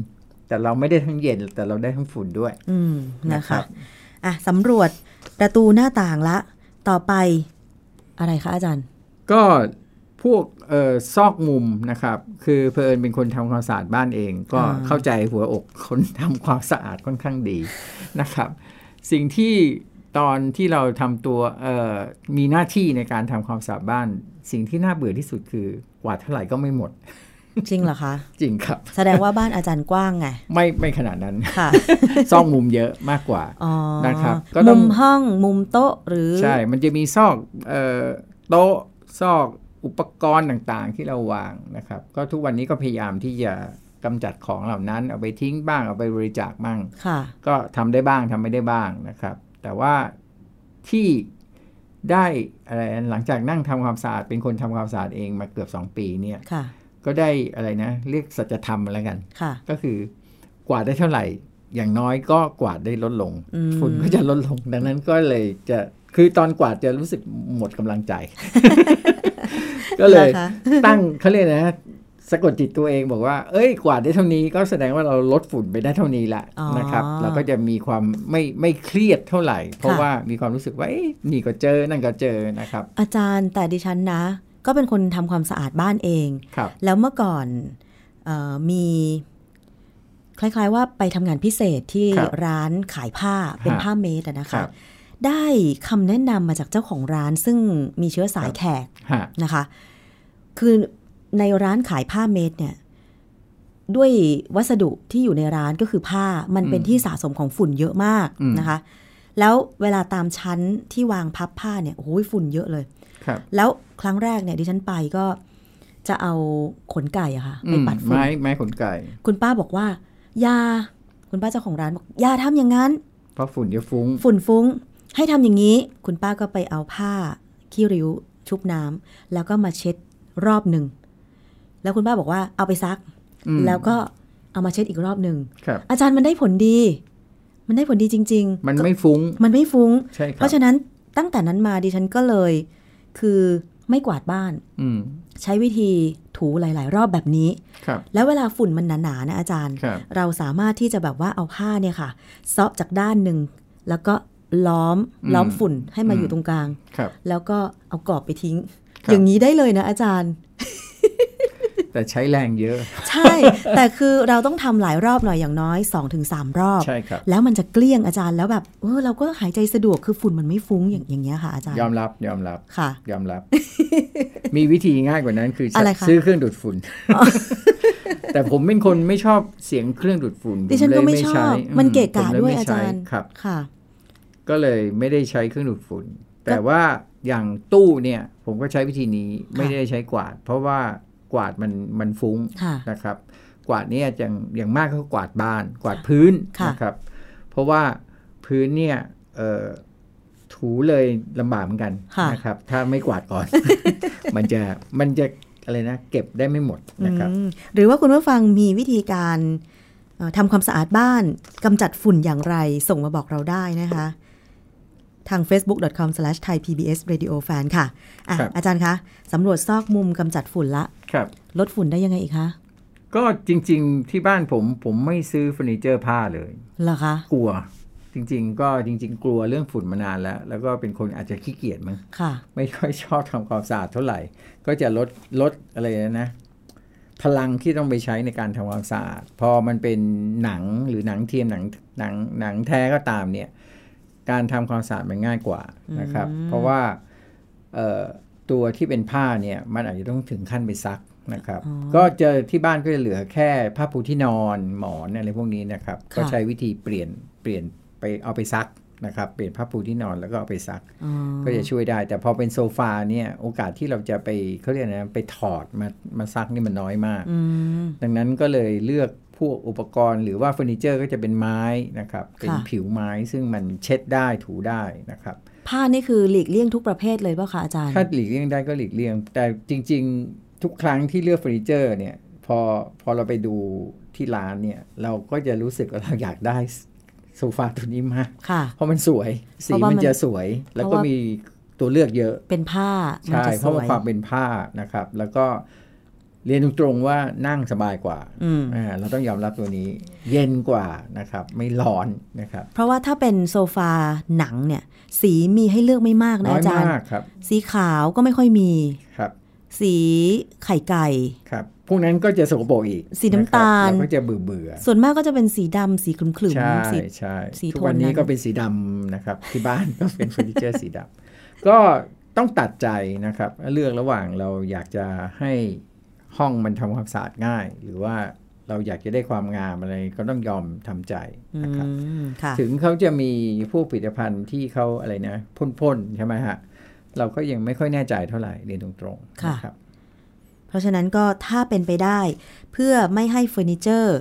แต่เราไม่ได้ทั้งเย็น แต่เราได้ทั้งฝุ่นด้วย อืมนะ นะครั คะ บ อ่ะสำรวจประตูหน้าต่างละ ต่อไป อะไรคะอาจารย์ ก็พวกเออซอกมุมนะครับ คือเพอิญเป็นคนทำความสะอาดบ้านเอง ก็ อ่า เข้าใจหัวอกคนทำความสะอาดค่อนข้างดีนะครับ สิ่งที่ตอนที่เราทำตัวเอ่อมีหน้าที่ในการทำความสะอาดบ้าน สิ่งที่น่าเบื่อที่สุดคือกวาดเท่าไหร่ก็ไม่หมด จริงเหรอคะ จริงครับ แสดงว่าบ้านอาจารย์กว้างไง ไม่ไม่ขนาด [laughs] นั้น ค่ะ ซอกมุมเยอะมากกว่า อ๋อ นะครับก็ต้ มุ อง มห้องมุมโต๊ะหรือ ใช่ มันจะมีซอกเอ่อโต๊ะซอกอุปกรณ์ต่างๆ ที่เราวางนะครับ ก็ทุกวันนี้ก็พยายามที่จะกำจัดของเหล่านั้น เอาไปทิ้งบ้างเอาไปบริจาคบ้าง ค่ะ ก็ทำได้บ้างทำไม่ได้บ้างนะครับ แต่ว่าที่ได้อะไรหลังจากนั่งทำความสะอาดเป็นคนทำความสะอาดเองมาเกือบ 2 ปีเนี่ย ค่ะ ก็ได้อะไรนะเรียกสัจธรรมอะไรกัน ค่ะ ก็คือกวาดได้เท่าไหร่ อย่างน้อยก็กวาดได้ลดลง อืม ฝุ่นก็จะลดลง ดังนั้นก็เลยจะคือตอนกวาดจะรู้สึกหมดกำลัง [laughs] ใจ ก็เลย นะคะ ตั้งเขาเรียกนะ สะกดจิตตัวเองบอกว่า เอ้ย กวาดได้เท่านี้ก็แสดงว่าเราลดฝุ่นไปได้เท่านี้ละ อ๋อ นะครับ เราก็จะมีความไม่ไม่เครียดเท่าไหร่ เพราะ ค่ะ ว่ามีความรู้สึกว่าเอ้ยนี่ก็เจอนั่นก็เจอนะครับ อาจารย์แต่ดิฉันนะ ก็เป็นคนทำความสะอาดบ้านเอง ครับ แล้วเมื่อก่อนเออมี คล้าย ๆ ว่าไปทำงานพิเศษที่ ครับ ร้านขายผ้าเป็น ฮะ ผ้าเมตรอะนะ ครั คะ บ ได้คำแนะนำมาจากเจ้าของร้านซึ่งมีเชื้อสาย ครับ แขก ฮะ นะคะ คือในร้านขายผ้าเมตรเนี่ย ด้วยวัสดุที่อยู่ในร้านก็คือผ้า มันเป็น อืม ที่สะสมของฝุ่นเยอะมาก อืม นะคะ แล้วเวลาตามชั้นที่วางพับผ้าเนี่ย โอ้ยฝุ่นเยอะเลย ครับ แล้วครั้งแรกเนี่ยดิฉันไปก็จะเอาขนไก่อะค่ะไป อืม ปัดฝุ่น ไม้ไม้ขนไก่ คุณป้าบอกว่าอยา คุณป้าเจ้าของร้านบอกอยาทำอย่างนั้น เพราะฝุ่นจะฟุ้ง ฝุ่นฟุ้ง ให้ทำอย่างนี้ คุณป้าก็ไปเอาผ้าขี้ริ้ว ชุบน้ำแล้วก็มาเช็ดรอบหนึ่ง แล้วคุณป้าบอกว่าเอาไปซัก อืม แล้วก็เอามาเช็ดอีกรอบหนึ่ง ครับ อาจารย์มันได้ผลดี มันได้ผลดีจริง ๆ มันไม่ฟุ้ง มันไม่ฟุ้ง ใช่ค เพ รับ ราะฉะนั้นตั้งแต่นั้นมาดิฉันก็เลย คือไม่กวาดบ้าน อืม ใช้วิธีถูหลาย ๆ รอบแบบนี้ ครับ แล้วเวลาฝุ่นมันหนา ๆ นะอาจารย์ ครับ เราสามารถที่จะแบบว่าเอาผ้าเนี่ยค่ะเซาะจากด้านหนึ่ง แล้วก็ล้อม อืม ล้อมฝุ่นให้มา อืม อยู่ตรงกลาง ครับ แล้วก็เอากรอบไปทิ้ง ครับ อย่างนี้ได้เลยนะอาจารย์ [laughs] แต่ใช้แรงเยอะ ใช่ แต่คือเราต้องทำหลายรอบหน่อยอย่างน้อย 2-3 รอบ ใช่ครับ แล้วมันจะเกลี้ยงอาจารย์แล้วแบบเออเราก็หายใจสะดวกคือฝุ่นมันไม่ฟุ้งอย่างอย่างเงี้ยค่ะอาจารย์ ยอมรับยอมรับ ค่ะ ยอมรับ มีวิธีง่ายกว่านั้นคืออะไร คะ ซื้อเครื่องดูดฝุ่น [laughs] แต่ผมเป็นคนไม่ชอบเสียงเครื่องดูดฝุ่น ดิฉัน ผ ก็ เลย ไม่ชอบ ใช้ มันเกะกะ ผล ด้วย ไม่ อาจารย์ ใช้ครับ ค่ะ ก็เลยไม่ได้ใช้เครื่องดูดฝุ่น แต่ว่าอย่างตู้เนี่ย ผมก็ใช้วิธีนี้ไม่ได้ใช้กวาด เพราะว่ากวาดมันมันฟุ้ง ค่ะ นะครับ กวาดเนี่ยอย่างอย่างมากก็กวาดบาน กวาดพื้น ค่ะ นะครับ เพราะว่าพื้นเนี่ยเอ่อถูเลยลำบากเหมือนกันนะครับ ถ้าไม่กวาดก่อน [laughs] มันจะมันจะอะไรนะ เก็บได้ไม่หมดนะครับ อืมหรือว่าคุณผู้ฟังมีวิธีการเอ่อทำความสะอาดบ้านกำจัดฝุ่นอย่างไรส่งมาบอกเราได้นะคะ ทาง facebook.com/thaipbsradiofan ค่ะอะ ครับ อาจารย์คะสำรวจซอกมุมกำจัดฝุ่นละ ครับ ลดฝุ่นได้ยังไงอีกคะ ก็จริง ๆ ที่บ้านผมผมไม่ซื้อเฟอร์นิเจอร์ผ้าเลย เหรอคะ กลัวจริง ๆ ก็จริง ๆ กลัวเรื่องฝุ่นมานานแล้ว แล้วก็เป็นคนอาจจะขี้เกียจมั้ง ค่ะ ไม่ค่อยชอบทำความสะอาดเท่าไหร่ ก็จะลดลดอะไรนะ พลังที่ต้องไปใช้ในการทำความสะอาด พอมันเป็นหนังหรือหนังเทียมหนังหนังหนังแท้ก็ตามเนี่ย การทำความสะอาดมันง่ายกว่านะครับ อืม เพราะว่าเอ่อตัวที่เป็นผ้าเนี่ยมันอาจจะต้องถึงขั้นไปซักนะครับ ก็จะที่บ้านก็จะเหลือแค่ผ้าปูที่นอนหมอนอะไรพวกนี้นะครับ ก็ใช้วิธีเปลี่ยนเปลี่ยนไปเอาไปซักนะครับ เปลี่ยนผ้าปูที่นอนแล้วก็เอาไปซัก อ๋อ ก็จะช่วยได้ แต่พอเป็นโซฟาเนี่ยโอกาสที่เราจะไปเขาเรียกอะไรนะไปถอดมามาซักนี่มันน้อยมาก อืม ดังนั้นก็เลยเลือกพวกอุปกรณ์หรือว่าเฟอร์นิเจอร์ก็จะเป็นไม้นะครับ เป็น ค่ะ ผิวไม้ซึ่งมันเช็ดได้ถูได้นะครับ ผ้านี่คือหลีกเลี่ยงทุกประเภทเลยเปล่าคะอาจารย์ ถ้าหลีกเลี่ยงได้ก็หลีกเลี่ยง แต่จริง ๆ ทุกครั้งที่เลือกเฟอร์นิเจอร์เนี่ยพอพอเราไปดูที่ร้านเนี่ยเราก็จะรู้สึกว่าเราอยากได้โซฟาตัวนี้มาก ค่ะ เพราะมันสวย สี เพราะว่ามั มัน นจะสวย แล้ว เพ ก็ ราะว่ามี มีตัวเลือกเยอะ เป็นผ้ามัน ใช่ จะ เพ ส ราะ ว ว่าย ความเป็นผ้านะครับ แล้วก็เรียนตรงๆว่านั่งสบายกว่า อืม อ่า เราต้องยอมรับตัวนี้ เย็นกว่านะครับ ไม่ร้อนนะครับ เพราะว่าถ้าเป็นโซฟาหนังเนี่ย สีมีให้เลือกไม่มากนะ น้อย อาจารย์ มากครับ สีขาวก็ไม่ค่อยมี ครับ สีไข่ไก่ ครับพวกนั้นก็จะสกปรกอีก สีน้ำตาล นะครับเรก็จะเบื่อเบื่อๆ ส่วนมากก็จะเป็นสีดำสีขลุ่ม ใช่ ๆสี ใช่ สี ทุก โทน วันนี้ นั้น ก็เป็นสีดำนะครับ ที่บ้าน [laughs] ก็เป็นเฟอร์นิเจอร์สีดำก็ต้องตัดใจนะครับ เลือกระหว่างเราอยากจะให้ห้องมันทำความสะอาดง่าย หรือว่าเราอยากจะได้ความงามอะไรก็ต้องยอมทำใจ อื นะครับ มค่ะ ถึงเขาจะมีพวกผลิตภัณฑ์ที่เขาอะไรนะพ่นๆใช่ไหมฮะ เราก็ยังไม่ค่อยแน่ใจเท่าไหร่เรียนตรงๆ ค่ะ นรับ เพราะฉะนั้นก็ถ้าเป็นไปได้ เพื่อไม่ให้เฟอร์นิเจอร์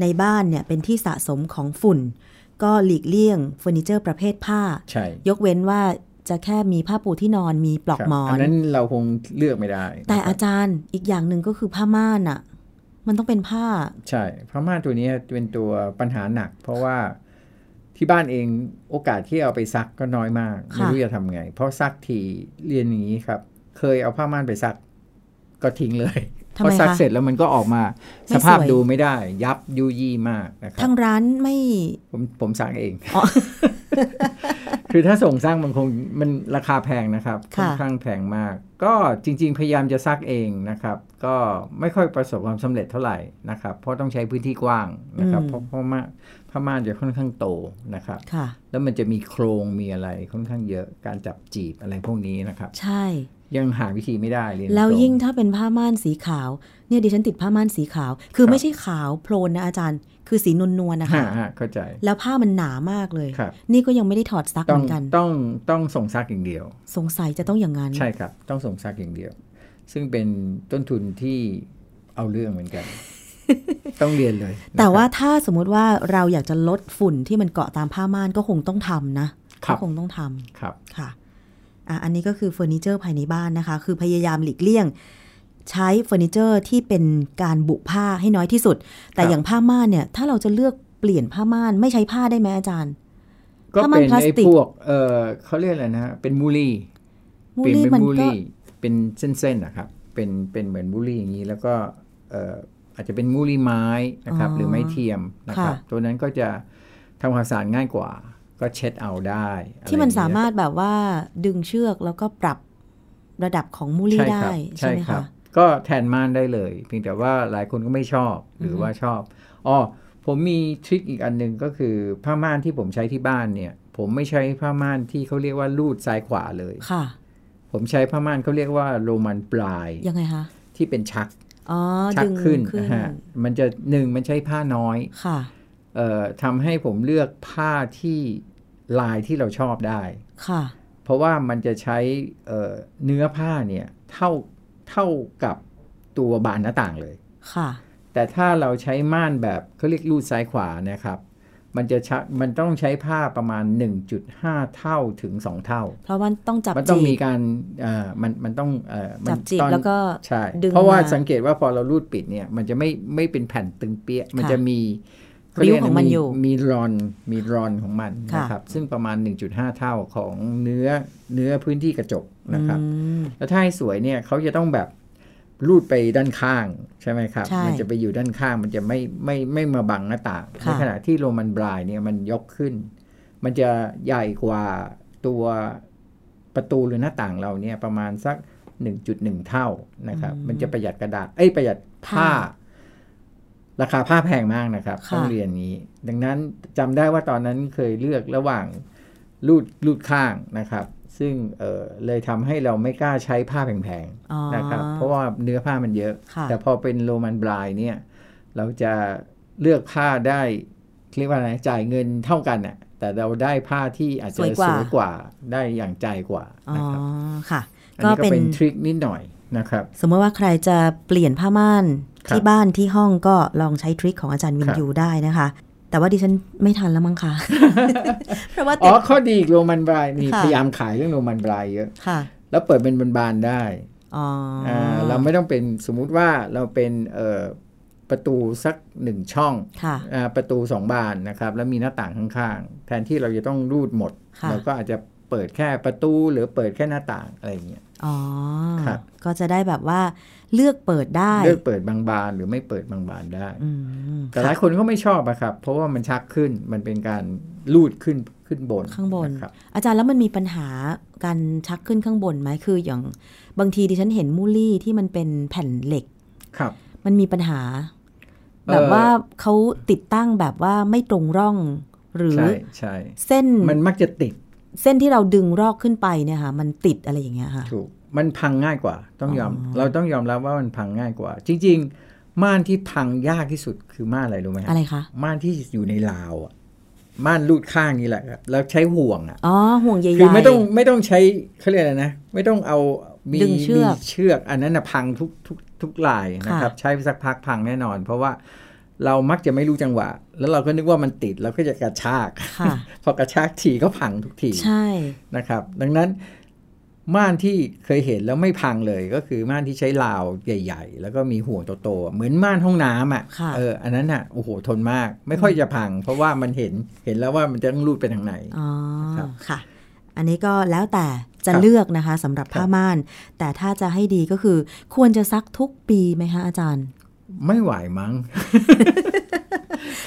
ในบ้านเนี่ยเป็นที่สะสมของฝุ่น ก็หลีกเลี่ยงเฟอร์นิเจอร์ประเภทผ้า ใช่ ยกเว้นว่าจะแค่มีผ้าปูที่นอนมีปลอก ครับ หมอน นนั้นเราคงเลือกไม่ได้ แต่ นะครับ อาจารย์อีกอย่างหนึ่งก็คือผ้าม่านอะมันต้องเป็นผ้า ใช่พม่านตัวเนี้ยเป็นตัวปัญหาหนัก เพราะว่าที่บ้านเองโอกาสที่เอาไปซักก็น้อยมาก ค่ะ ไม่รู้จะทำไง เพราะซักทีเรียนอย่างนี้ครับ เคยเอาผ้าม่านไปซักก็ทิ้งเลย ทำ เพ ไม ราะซัก คะ เสร็จแล้วมันก็ออกมา ไม่ สภาพ สวย ดูไม่ได้ ยับยุยี่มากนะครับ ทางร้านไม่ ผมผมสร้างเอง อ๋อ [laughs] คือถ้าส่งสร้างมันคงมันราคาแพงนะครับ ค่ะ ค่อนข้างแพงมาก ก็จริง ๆ พยายามจะซักเองนะครับ ก็ไม่ค่อยประสบความสำเร็จเท่าไหร่นะครับ เพราะต้องใช้พื้นที่กว้างนะครับ เพราะเพราะม่าผ้าม่านจะค่อนข้างโตนะครับ ค่ะ แล้วมันจะมีโครงมีอะไรค่อนข้างเยอะการจับจีบอะไรพวกนี้นะครับ ใช่ ยังหาวิธีไม่ได้เรียน แล้ว ตร ยิ่งถ้าเป็นผ้าม่านสีขาว เนี่ยดิฉันติดผ้าม่านสีขาว คือ ครับ ไม่ใช่ขาวโพลนนะอาจารย์ คือสีนวลๆนะคะ ฮะฮะเข้าใจ แล้วผ้ามันหนามากเลย ครับ นี่ก็ยังไม่ได้ถอดซัก ต้ เห อ มื ง อนกัน ต้องต้องส่งซักอย่างเดียว สงสัยจะต้องอย่างนั้น ใช่ครับ ต้องส่งซักอย่างเดียว ซึ่งเป็นต้นทุนที่เอาเรื่องเหมื [laughs] อนกัน ต้องเรียนเลยนะครับ แต่ว่าถ้าสมมุติว่าเราอยากจะลดฝุ่นที่มันเกาะตามผ้าม่านก็คงต้องทำนะครับ ก็คงต้องทำ ครับ ค่ะอ่ะ อันนี้ก็คือเฟอร์นิเจอร์ภายในบ้านนะคะ คือพยายามหลีกเลี่ยง ใช้เฟอร์นิเจอร์ที่เป็นการบุผ้าให้น้อยที่สุด แต่อย่างผ้าม่านเนี่ย ถ้าเราจะเลือกเปลี่ยนผ้าม่านไม่ใช้ผ้าได้ไหมอาจารย์ ก็ ถ้ามัน เป็น พลาส ไอ้ ติก พวกเออเขาเรียกอะไรนะฮะเป็นมูลี่ มู เปลี่ยน ลี่ เป็น มัน มู ก็ ลี่เป็นเส้นๆนะครับเป็นเป็นเหมือนมูลี่อย่างนี้ แล้วก็เอ่ออาจจะเป็นมูลี่ไม้นะครับ อ๋อ หรือไม้เทียมนะครับ ค่ะ ตัวนั้นก็จะทำความสะอาดง่ายกว่า ก็เช็ดเอาได้อะไร ที่มัน อย่ สาง เงี้ย มารถแบบว่าดึงเชือกแล้วก็ปรับระดับของมูลี่ได้ใช่ไหม รั คะ บก็แทนม่านได้เลย เพียงแต่ว่าหลายคนก็ไม่ชอบหรือว่าชอบอ๋อผมมีทริคอีกอันหนึ่งก็คือผ้าม่านที่ผมใช้ที่บ้านเนี่ย ผมไม่ใช้ผ้าม่านที่เขาเรียกว่าลูดซ้ายขวาเลย ค่ะ ผมใช้ผ้าม่านเขาเรียกว่าโรมันปลาย ยังไงคะ ที่เป็นชัก อ๋อ ชั ดึง ขึ้ ขึ้ น น นะฮะมันจะหนึ่งมันใช้ผ้าน้อย ค่ะ เอ่อทำให้ผมเลือกผ้าที่ลายที่เราชอบได้ ค่ะ เพราะว่ามันจะใช้เอ่อเนื้อผ้าเนี่ยเท่าเท่ากับตัวบานหน้าต่างเลย ค่ะ แต่ถ้าเราใช้ม่านแบบเขาเรียกรูดซ้ายขวานะครับ มันจะชะมันต้องใช้ผ้าประมาณ 1.5 เท่าถึง 2 เท่า เพราะมันต้องจับ มันต้อง จีบ มีการเอ่อมันมันต้องเอ่อมัน จับจีบ ตอน แล้วก็ ใช่ ดึง เพราะว่า มา สังเกตว่าพอเรารูดปิดเนี่ยมันจะไม่ไม่เป็นแผ่นตึงเปียะมัน ค่ะ จะมี ริ้วของมันอยู่ มีรอนมีรอนของมัน ค่ะ นะครับซึ่งประมาณ 1.5 เท่าของเนื้อเนื้อพื้นที่กระจกนะครับ อืม แล้วถ้าให้สวยเนี่ยเขาจะต้องแบบรูดไปด้านข้างใช่ไหมครับ ใช่ มัจะไปอยู่ด้านข้าง มันจะไม่ไม่ไม่มาบังหน้าต่าง ค่ะ ในขณะที่โรมันบลายเนี่ยมันยกขึ้น มันจะใหญ่กว่าตัวประตูหรือหน้าต่างเราเนี่ยประมาณสัก 1.1 เท่านะครับ มันจะประหยัดกระดาษเอ้ยประหยัด ค่ะ ผ้า ราคาผ้าแพงมากนะครับ ค่ะ ต้องเรียนนี้ ดังนั้นจำได้ว่าตอนนั้นเคยเลือกระหว่างรูดรูดข้างนะครับ ซึ่งเออเลยทำให้เราไม่กล้าใช้ผ้าแพง อ๋อ ๆนะครับ เพราะว่าเนื้อผ้ามันเยอะ ค่ะ แต่พอเป็นโรมันบลายเนี่ย เราจะเลือกผ้าได้เรียกว่าอะไรจ่ายเงินเท่ากันน่ะแต่เราได้ผ้าที่อาจจะ สวยกว่า สวยกว่าได้อย่างใจกว่า อ๋อ นะครับ ค่ะ อัน ก็ นี้ก็ เป็ เป็น นทริคนิดหน่อยนะครับ สมมติว่าใครจะเปลี่ยนผ้าม่าน ครับ ที่บ้านที่ห้องก็ลองใช้ทริคของอาจารย์วิน ครับ ยูได้นะคะ แต่ว่าดิฉันไม่ทันแล้วมั้ [laughs] งคะ เพราะว่า อ๋ ติ อ ด ข้อดีอีกโรมันบรายมี ค่ะ พยายามขายเรื่องโรมันบรายเยอะ ค่ะ แล้วเปิดเป็นบานๆได้ อ๋ออา เราไม่ต้องเป็นสมมุติว่าเราเป็นเอ่อประตูสักหนึ่งช่อง ค่ะ อาประตูสองบานนะครับ แล้วมีหน้าต่างข้างๆ แทนที่เราจะต้องรูดหมด ค่ะ เราก็อาจจะเปิดแค่ประตูหรือเปิดแค่หน้าต่างอะไรอย่างเงี้ย อ๋อ ครับ ก็จะได้แบบว่าเลือกเปิดได้ เลือกเปิดบางบานหรือไม่เปิดบางบานได้ อืม แต่หลายคนก็ไม่ชอบอะครับ เพราะว่ามันชักขึ้นมันเป็นการรูดขึ้นขึ้นบน ข้างบน ะครับ อาจารย์แล้วมันมีปัญหาการชักขึ้นข้างบนไหมคืออย่างบางทีดิฉันเห็นมูลลี่ที่มันเป็นแผ่นเหล็ก ครับ มันมีปัญหา เอ่อ แบบว่าเขาติดตั้งแบบว่าไม่ตรงร่อง หรือ ใช่ใช่ เส้น มันมักจะติด เส้นที่เราดึงรอกขึ้นไปเนี่ยค่ะ มันติดอะไรอย่างเงี้ยค่ะ ถูก มันพังง่ายกว่า ต้องยอม อ๋อ เราต้องยอมรับว่ามันพังง่ายกว่า จริง ๆ ม่านที่พังยากที่สุดคือม่านอะไรรู้ไหมฮะ อะไรคะ ม่านที่อยู่ในลาวอะม่านลูดข้างนี่แหละครับแล้วใช้ห่วงอะ อ๋อห่วงใยๆ คือไม่ต้องไม่ต้องใช้เขาเรียกอะไรนะ ไม่ต้องเอามี ดึงเชือก มีเชือก อันนั้นนะพังทุกทุกทุกลายนะครับ ค่ะ ใช้ไปสักพักพังแน่นอน เพราะว่าเรามักจะไม่รู้จังหวะ แล้วเราก็นึกว่ามันติดเราก็จะกระชาก [laughs] ค่ะ พอกระชากทีก็พังทุกที ใช่ นะครับดังนั้นม่านที่เคยเห็นแล้วไม่พังเลยก็คือม่านที่ใช้ราวใหญ่ๆ แล้วก็มีห่วงโตๆเหมือนม่านห้องน้ำอ่ะ ค่ะ เอออันนั้นอ่ะโอ้โหทนมาก ไม่ค่อยจะพัง เพราะว่ามันเห็นเห็นแล้วว่ามันจะต้องรูดไปทางไหน อ๋อ ครับ ค่ะ อันนี้ก็แล้วแต่จะ ครับ เลือกนะคะสำหรับผ้า ครับ ม่าน แต่ถ้าจะให้ดีก็คือควรจะซักทุกปีไหมคะอาจารย์ ไม่ไหว [laughs] มั้ง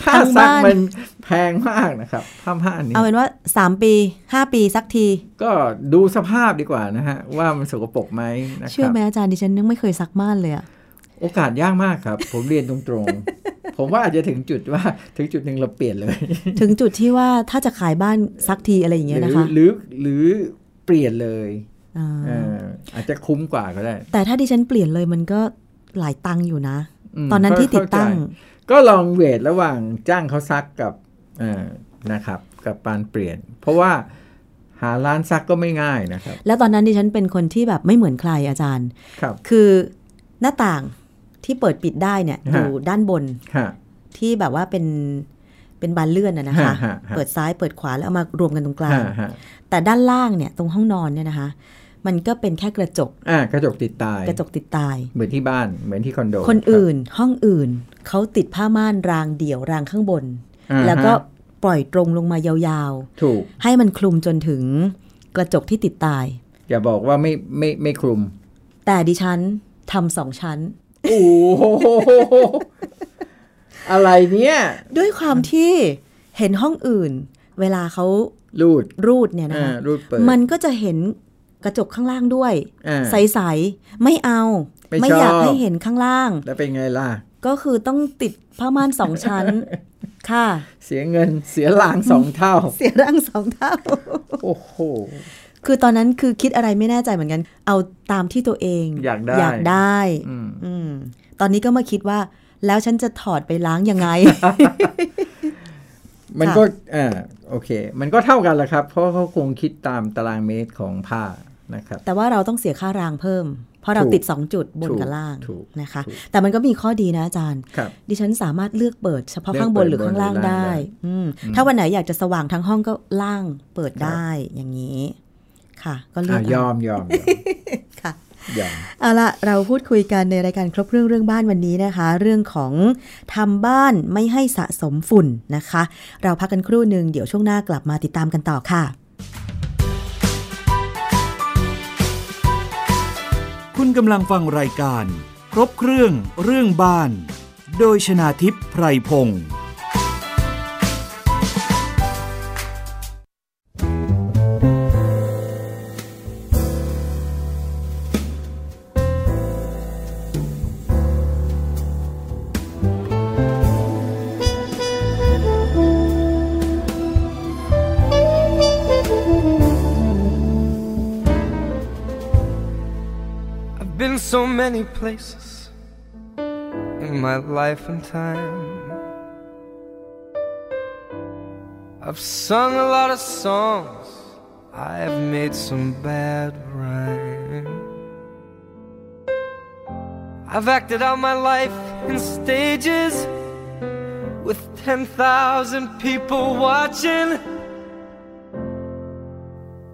ทั้ ค่าง ซัก บ้าน มันแพงมากนะครับผ้าม่านนี่ เอาเป็นว่า 3 ปี 5 ปีซักที ก็ดูสภาพดีกว่านะฮะ ว่ามันสกปรกไหมนะค เชื่อ รับ ไหมอาจารย์ดิฉันนึกไม่เคยซักม่านเลยอะ โอกาสยากมากครับ ผมเรียนตรงๆ ผมว่าอาจจะถึงจุดว่าถึงจุดหนึ่งเราเปลี่ยนเลย ถึงจุดที่ว่าถ้าจะขายบ้านซักทีอะไรอย่างเงี้ยนะคะ หรือหรือหรือเปลี่ยนเลย อ่า เอออาจจะคุ้มกว่าก็ได้ แต่ถ้าดิฉันเปลี่ยนเลยมันก็หลายตังค์อยู่นะ ม ตอนนั้นที่ติดตั้ง เข้าใจก็ลองเวทระหว่างจ้างเขาซักกับเอ่อนะครับ กับปานเปลี่ยน เพราะว่าหาร้านซักก็ไม่ง่ายนะครับ แล้วตอนนั้นดิฉันเป็นคนที่แบบไม่เหมือนใครอาจารย์ ครับ คือหน้าต่างที่เปิดปิดได้เนี่ยอฮะยู่ด้านบน ฮะ ที่แบบว่าเป็นเป็นบานเลื่อนอะนะคะ ฮะฮะฮะ เปิดซ้ายเปิดขวาแล้วเอามารวมกันตรงกลาง ฮะฮะ แต่ด้านล่างเนี่ยตรงห้องนอนเนี่ยนะคะ มันก็เป็นแค่กระจก อ่ากระจกติดตาย กระจกติดตาย เหมือนที่บ้านเหมือนที่คอนโด คน ครับ อื่นห้องอื่นเขาติดผ้าม่านรางเดี่ยวรางข้างบน อ่าฮะ แล้วก็ปล่อยตรงลงมายาว ถูก ๆ ให้มันคลุมจนถึงกระจกที่ติดตาย อย่าบอกว่าไม่ไม่ไม่คลุ [laughs] ม แต่ดิฉันทำสองชั้น โอ้โหอะไรเนี่ย ด้วยความที่เห็นห้องอื่น เวลาเขา รูด รูดเนี่ยนะ อ่า คะ รูดเปิด มันก็จะเห็นกระจกข้างล่างด้วย อ่า ใสๆไม่เอา ไม่ อยาก ชอบ ให้เห็นข้างล่าง แล้วเป็นไงล่ะ ก็คือต้องติดผ้าม่านสอง [laughs] ชั้น ค่ะ เสียเงิน [laughs] เสียหลางสองเท่า เสียร่างสองเท่า โอ้โห คือตอนนั้นคือคิดอะไรไม่แน่ใจเหมือนกัน เอาตามที่ตัวเอง อยากได้ อยากได้ อืม อืม ตอนนี้ก็มาคิดว่า แล้วฉันจะถอดไปล้างยังไง [laughs] มันก็อ่าโอเค มันก็เท่ากันแหละครับ เพราะเขาคงคิดตามตารางเมตรของผ้านะครับ แต่ว่าเราต้องเสียค่ารางเพิ่ม เพราะเรา ถูก ติด 2 จุดบน ถูก กับล่าง ถูก นะคะ ถูก แต่มันก็มีข้อดีนะอาจารย์ ครับ ดิฉันสามารถเลือกเปิดเฉพาะ เลือก ข้างบนหรือ เปิดบน ข้างล่าง หรือล่าง ได้ ได้ อืม อืม ถ้าวันไหนอยากจะสว่างทั้งห้องก็ล่างเปิดได้อย่างนี้ ค่ะ ก็เลือ [laughs] อ่ะ ก ย เอา อมยอมยอม ค่ะ ยอม เอาละเราพูดคุยกันในรายการครบเรื่องเรื่องบ้านวันนี้นะคะ เรื่องของทำบ้านไม่ให้สะสมฝุ่นนะคะ เราพักกันครู่หนึ่งเดี๋ยวช่วงหน้ากลับมาติดตามกันต่อค่ะ คุณกำลังฟังรายการ ครบเครื่องเรื่องบ้าน โดยชนาทิพย์ไพรพงศ์ ท so many places in my life and time. I've sung a lot of songs, I've made some bad rhyme. I've acted out my life in stages with 10,000 people watching.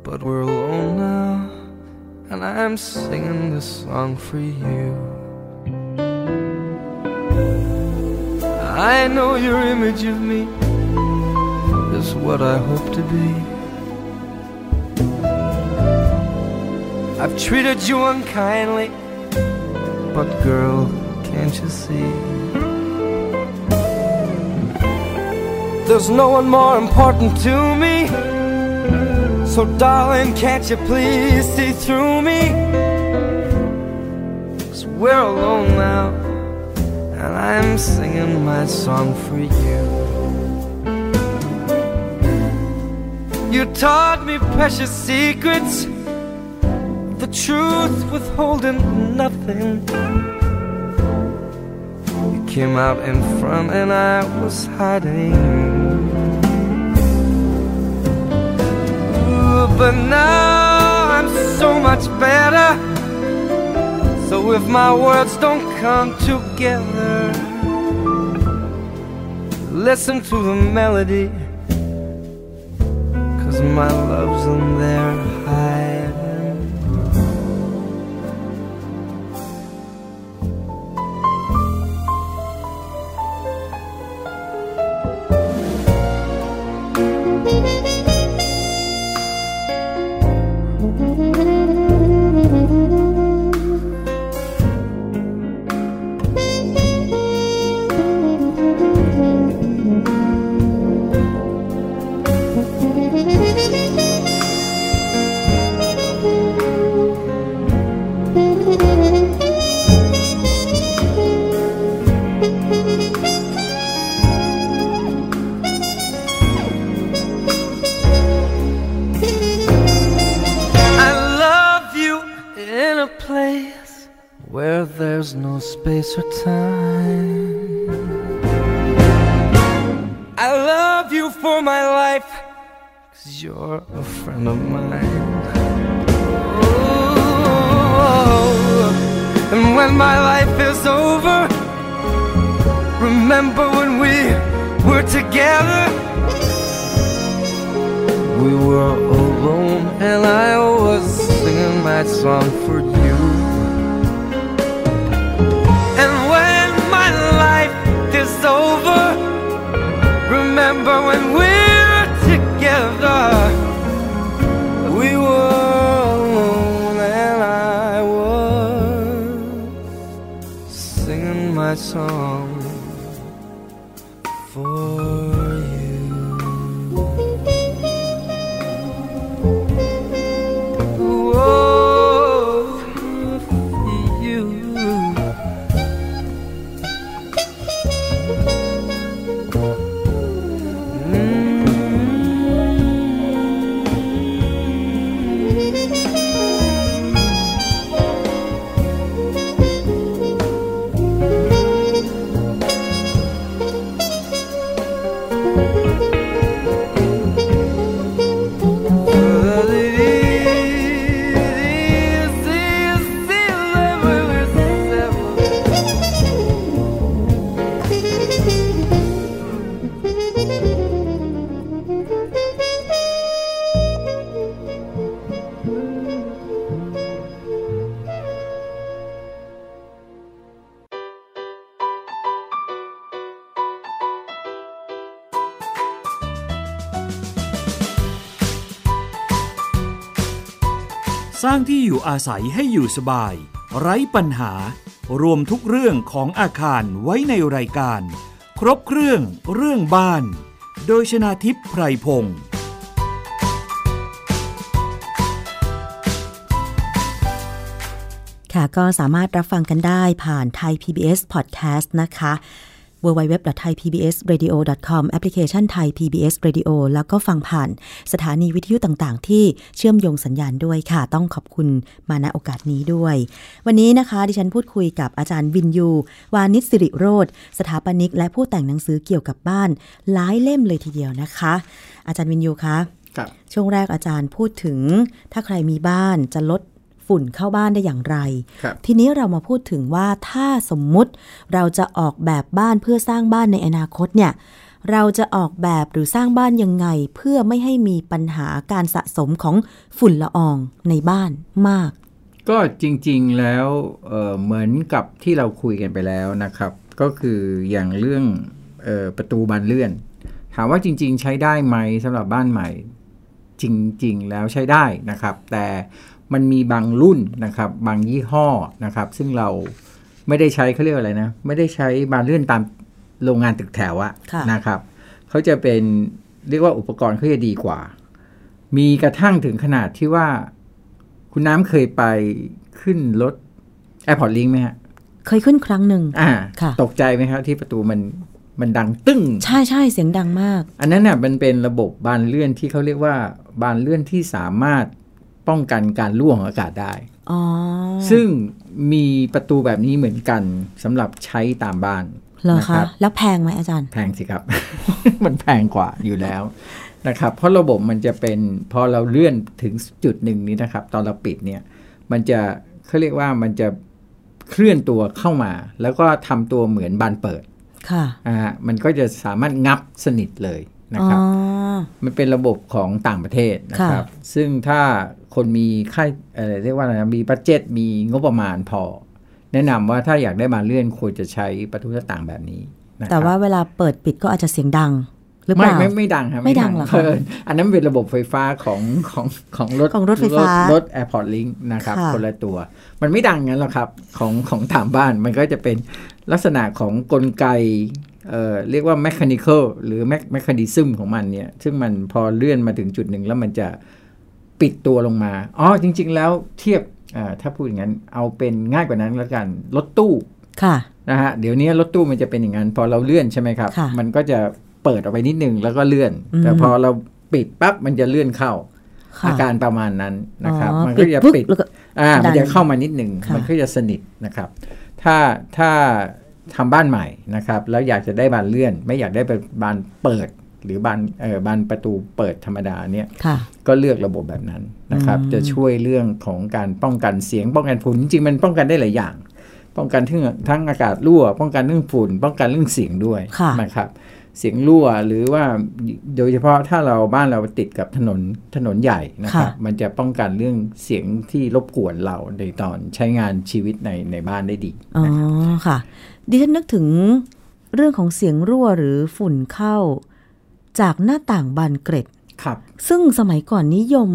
But we're alone now. And I'm singing this song for you. I know your image of me is what I hope to be. I've treated you unkindly, but girl, can't you see? There's no one more important to me. So darling, can't you please see through me? Cause we're alone now, and I'm singing my song for you. You taught me precious secrets, the truth withholding nothing. You came out in front, and I was hiding. Ooh, but now I'm so much better. So if my words don't come together, listen to the melody. Cause my love's in there hiding. I love you in a place where there's no space or time. I love you for my life, cause you're a friend of mine. Ooh, and when my life is over, remember when we were together? We were alone and I was singing my song for you. And when my life is over, remember when we're together. We were alone and I was singing my song for you. Whoa, you. สร้างที่อยู่อาศัยให้อยู่สบาย ไร้ปัญหา รวมทุกเรื่องของอาคารไว้ในรายการ ครบเครื่องเรื่องบ้าน โดยชนาทิพย์ไพรพงศ์ ค่ะก็สามารถรับฟังกันได้ผ่านไทย PBS Podcast นะคะ www.thaipbsradio.com แอปพลิเคชัน Thai PBS Radio แล้วก็ฟังผ่านสถานีวิทยุต่างๆ ที่เชื่อมโยงสัญญาณด้วยค่ะ ต้องขอบคุณมาณโอกาสนี้ด้วย วันนี้นะคะ ดิฉันพูดคุยกับอาจารย์วินยู วานิชสิริโรธสถาปนิก และผู้แต่งหนังสือเกี่ยวกับบ้าน หลายเล่มเลยทีเดียวนะคะ อาจารย์วินยูคะ ครับ ช่วงแรกอาจารย์พูดถึง ถ้าใครมีบ้านจะลดฝุ่นเข้าบ้านได้อย่างไร ครับ ทีนี้เรามาพูดถึงว่าถ้าสมมุติเราจะออกแบบบ้านเพื่อสร้างบ้านในอนาคตเนี่ย เราจะออกแบบหรือสร้างบ้านยังไง เพื่อไม่ให้มีปัญหาการสะสมของฝุ่นละอองในบ้านมาก [laughs] ก็จริงๆแล้วเอ่อเหมือนกับที่เราคุยกันไปแล้วนะครับ ก็คืออย่างเรื่องเออประตูบานเลื่อน ถามว่าจริง ๆ ใช้ได้ไหมสำหรับบ้านใหม่ จริงๆ แล้วใช้ได้นะครับ แต่มันมีบางรุ่นนะครับ บางยี่ห้อนะครับ ซึ่งเราไม่ได้ใช้เขาเรียกอะไรนะ ไม่ได้ใช้บานเลื่อนตามโรงงานตึกแถวอะ ค่ะ นะครับเขาจะเป็นเรียกว่าอุปกรณ์เขาจะดีกว่า มีกระทั่งถึงขนาดที่ว่า คุณน้ำเคยไปขึ้นรถ AirPort Link ไหมฮะ เคยขึ้นครั้งหนึ่ง อ่า ค่ะ ตกใจไหมครับที่ประตูมันมันดังตึ้ง ใช่ใช่เสียงดังมาก อันนั้นน่ะมันเป็นระบบบานเลื่อนที่เขาเรียกว่าบานเลื่อนที่สามารถป้องกันการรั่วของอากาศได้ อ๋อ ซึ่งมีประตูแบบนี้เหมือนกันสำหรับใช้ตามบ้าน เหรอ นะ คะ รับ แล้วแพงไหมอาจารย์ แพงสิครับ [laughs] มันแพงกว่าอยู่แล้วนะครับ เพราะระบบมันจะเป็นพอเราเลื่อนถึงจุดหนึ่งนี้นะครับ ตอนเราปิดเนี่ย มันจะเขาเรียกว่ามันจะเคลื่อนตัวเข้ามา แล้วก็ทำตัวเหมือนบานเปิด ค่ะ อ่ามันก็จะสามารถงับสนิทเลยนะ อ๋อ ครับ มันเป็นระบบของต่างประเทศนะครับ ซึ่งถ้าคนมีค่ายเอ่อเรียกว่าอะไรนะมีบัตเจตมีงบประมาณพอ แนะนำว่าถ้าอยากได้บานเลื่อนควรจะใช้ประตูหน้าต่างแบบนี้นะครับ แต่ว่าเวลาเปิดปิดก็อาจจะเสียงดัง หรือเป ไม่ ล่า ไม่ไม่ดังครับ ไม่ดังเหรอคะ เพิ่นอันนั้นเป็นระบบไฟฟ้าของของของรถ ของรถไฟฟ้าร ถ Airport Link นะครับ ค่ะ คนละตัว มันไม่ดังงั้นหรอกครับของของถามบ้านมันก็จะเป็นลักษณะของกลไกเอ่อเรียกว่าแมคา n i c a l หรือแมคานิซึมของมันเนี่ย ซึ่งมันพอเลื่อนมาถึงจุดหนึ่งแล้วมันจะปิดตัวลงมาอ๋อจริง ๆ แล้วเทียบอ่าถ้าพูดอย่างนั้นเอาเป็นง่ายกว่านั้นแล้วกันรถตู้ ค่ะ นะฮะเดี๋ยวนี้รถตู้มันจะเป็นอย่างนั้นพอเราเลื่อนใช่ไหมครับ ค่ะ มันก็จะเปิดออกไปนิดนึงแล้วก็เลื่อน อืม แต่พอเราปิดปั๊บมันจะเลื่อนเข้า ค่ะ อาการประมาณนั้นนะครับ อ๋อ มันก็จะ ปุ๊บ ปิด แล้วก็ อ่า ดั มัน น จะเข้ามานิดนึง ค่ะ มันก็จะสนิทนะครับ ถ้าถ้าทำบ้านใหม่นะครับ แล้วอยากจะได้บานเลื่อน ไม่อยากได้เป็นบานเปิด หรือบานเออบานประตูเปิดธรรมดาเนี่ย ค่ะ ก็เลือกระบบแบบนั้นนะครับ อืม จะช่วยเรื่องของการป้องกันเสียงป้องกันฝุ่นจริงๆมันป้องกันได้หลายอย่าง ป้องกันทั้งทั้งอากาศรั่ว ป้องกันเรื่องฝุ่น ป้องกันเรื่องเสียงด้วย ค่ะ นะครับ เสียงรั่วหรือว่าโดยเฉพาะถ้าเราบ้านเราติดกับถนนถนนใหญ่นะครับ มันจะป้องกันเรื่องเสียงที่รบกวนเราในตอนใช้งานชีวิตในในบ้านได้ดี อ๋อค่ะ ดิฉันนึกถึงเรื่องของเสียงรั่วหรือฝุ่นเข้า จากหน้าต่างบานเกร็ด ครับ ซึ่งสมัยก่อนนิยม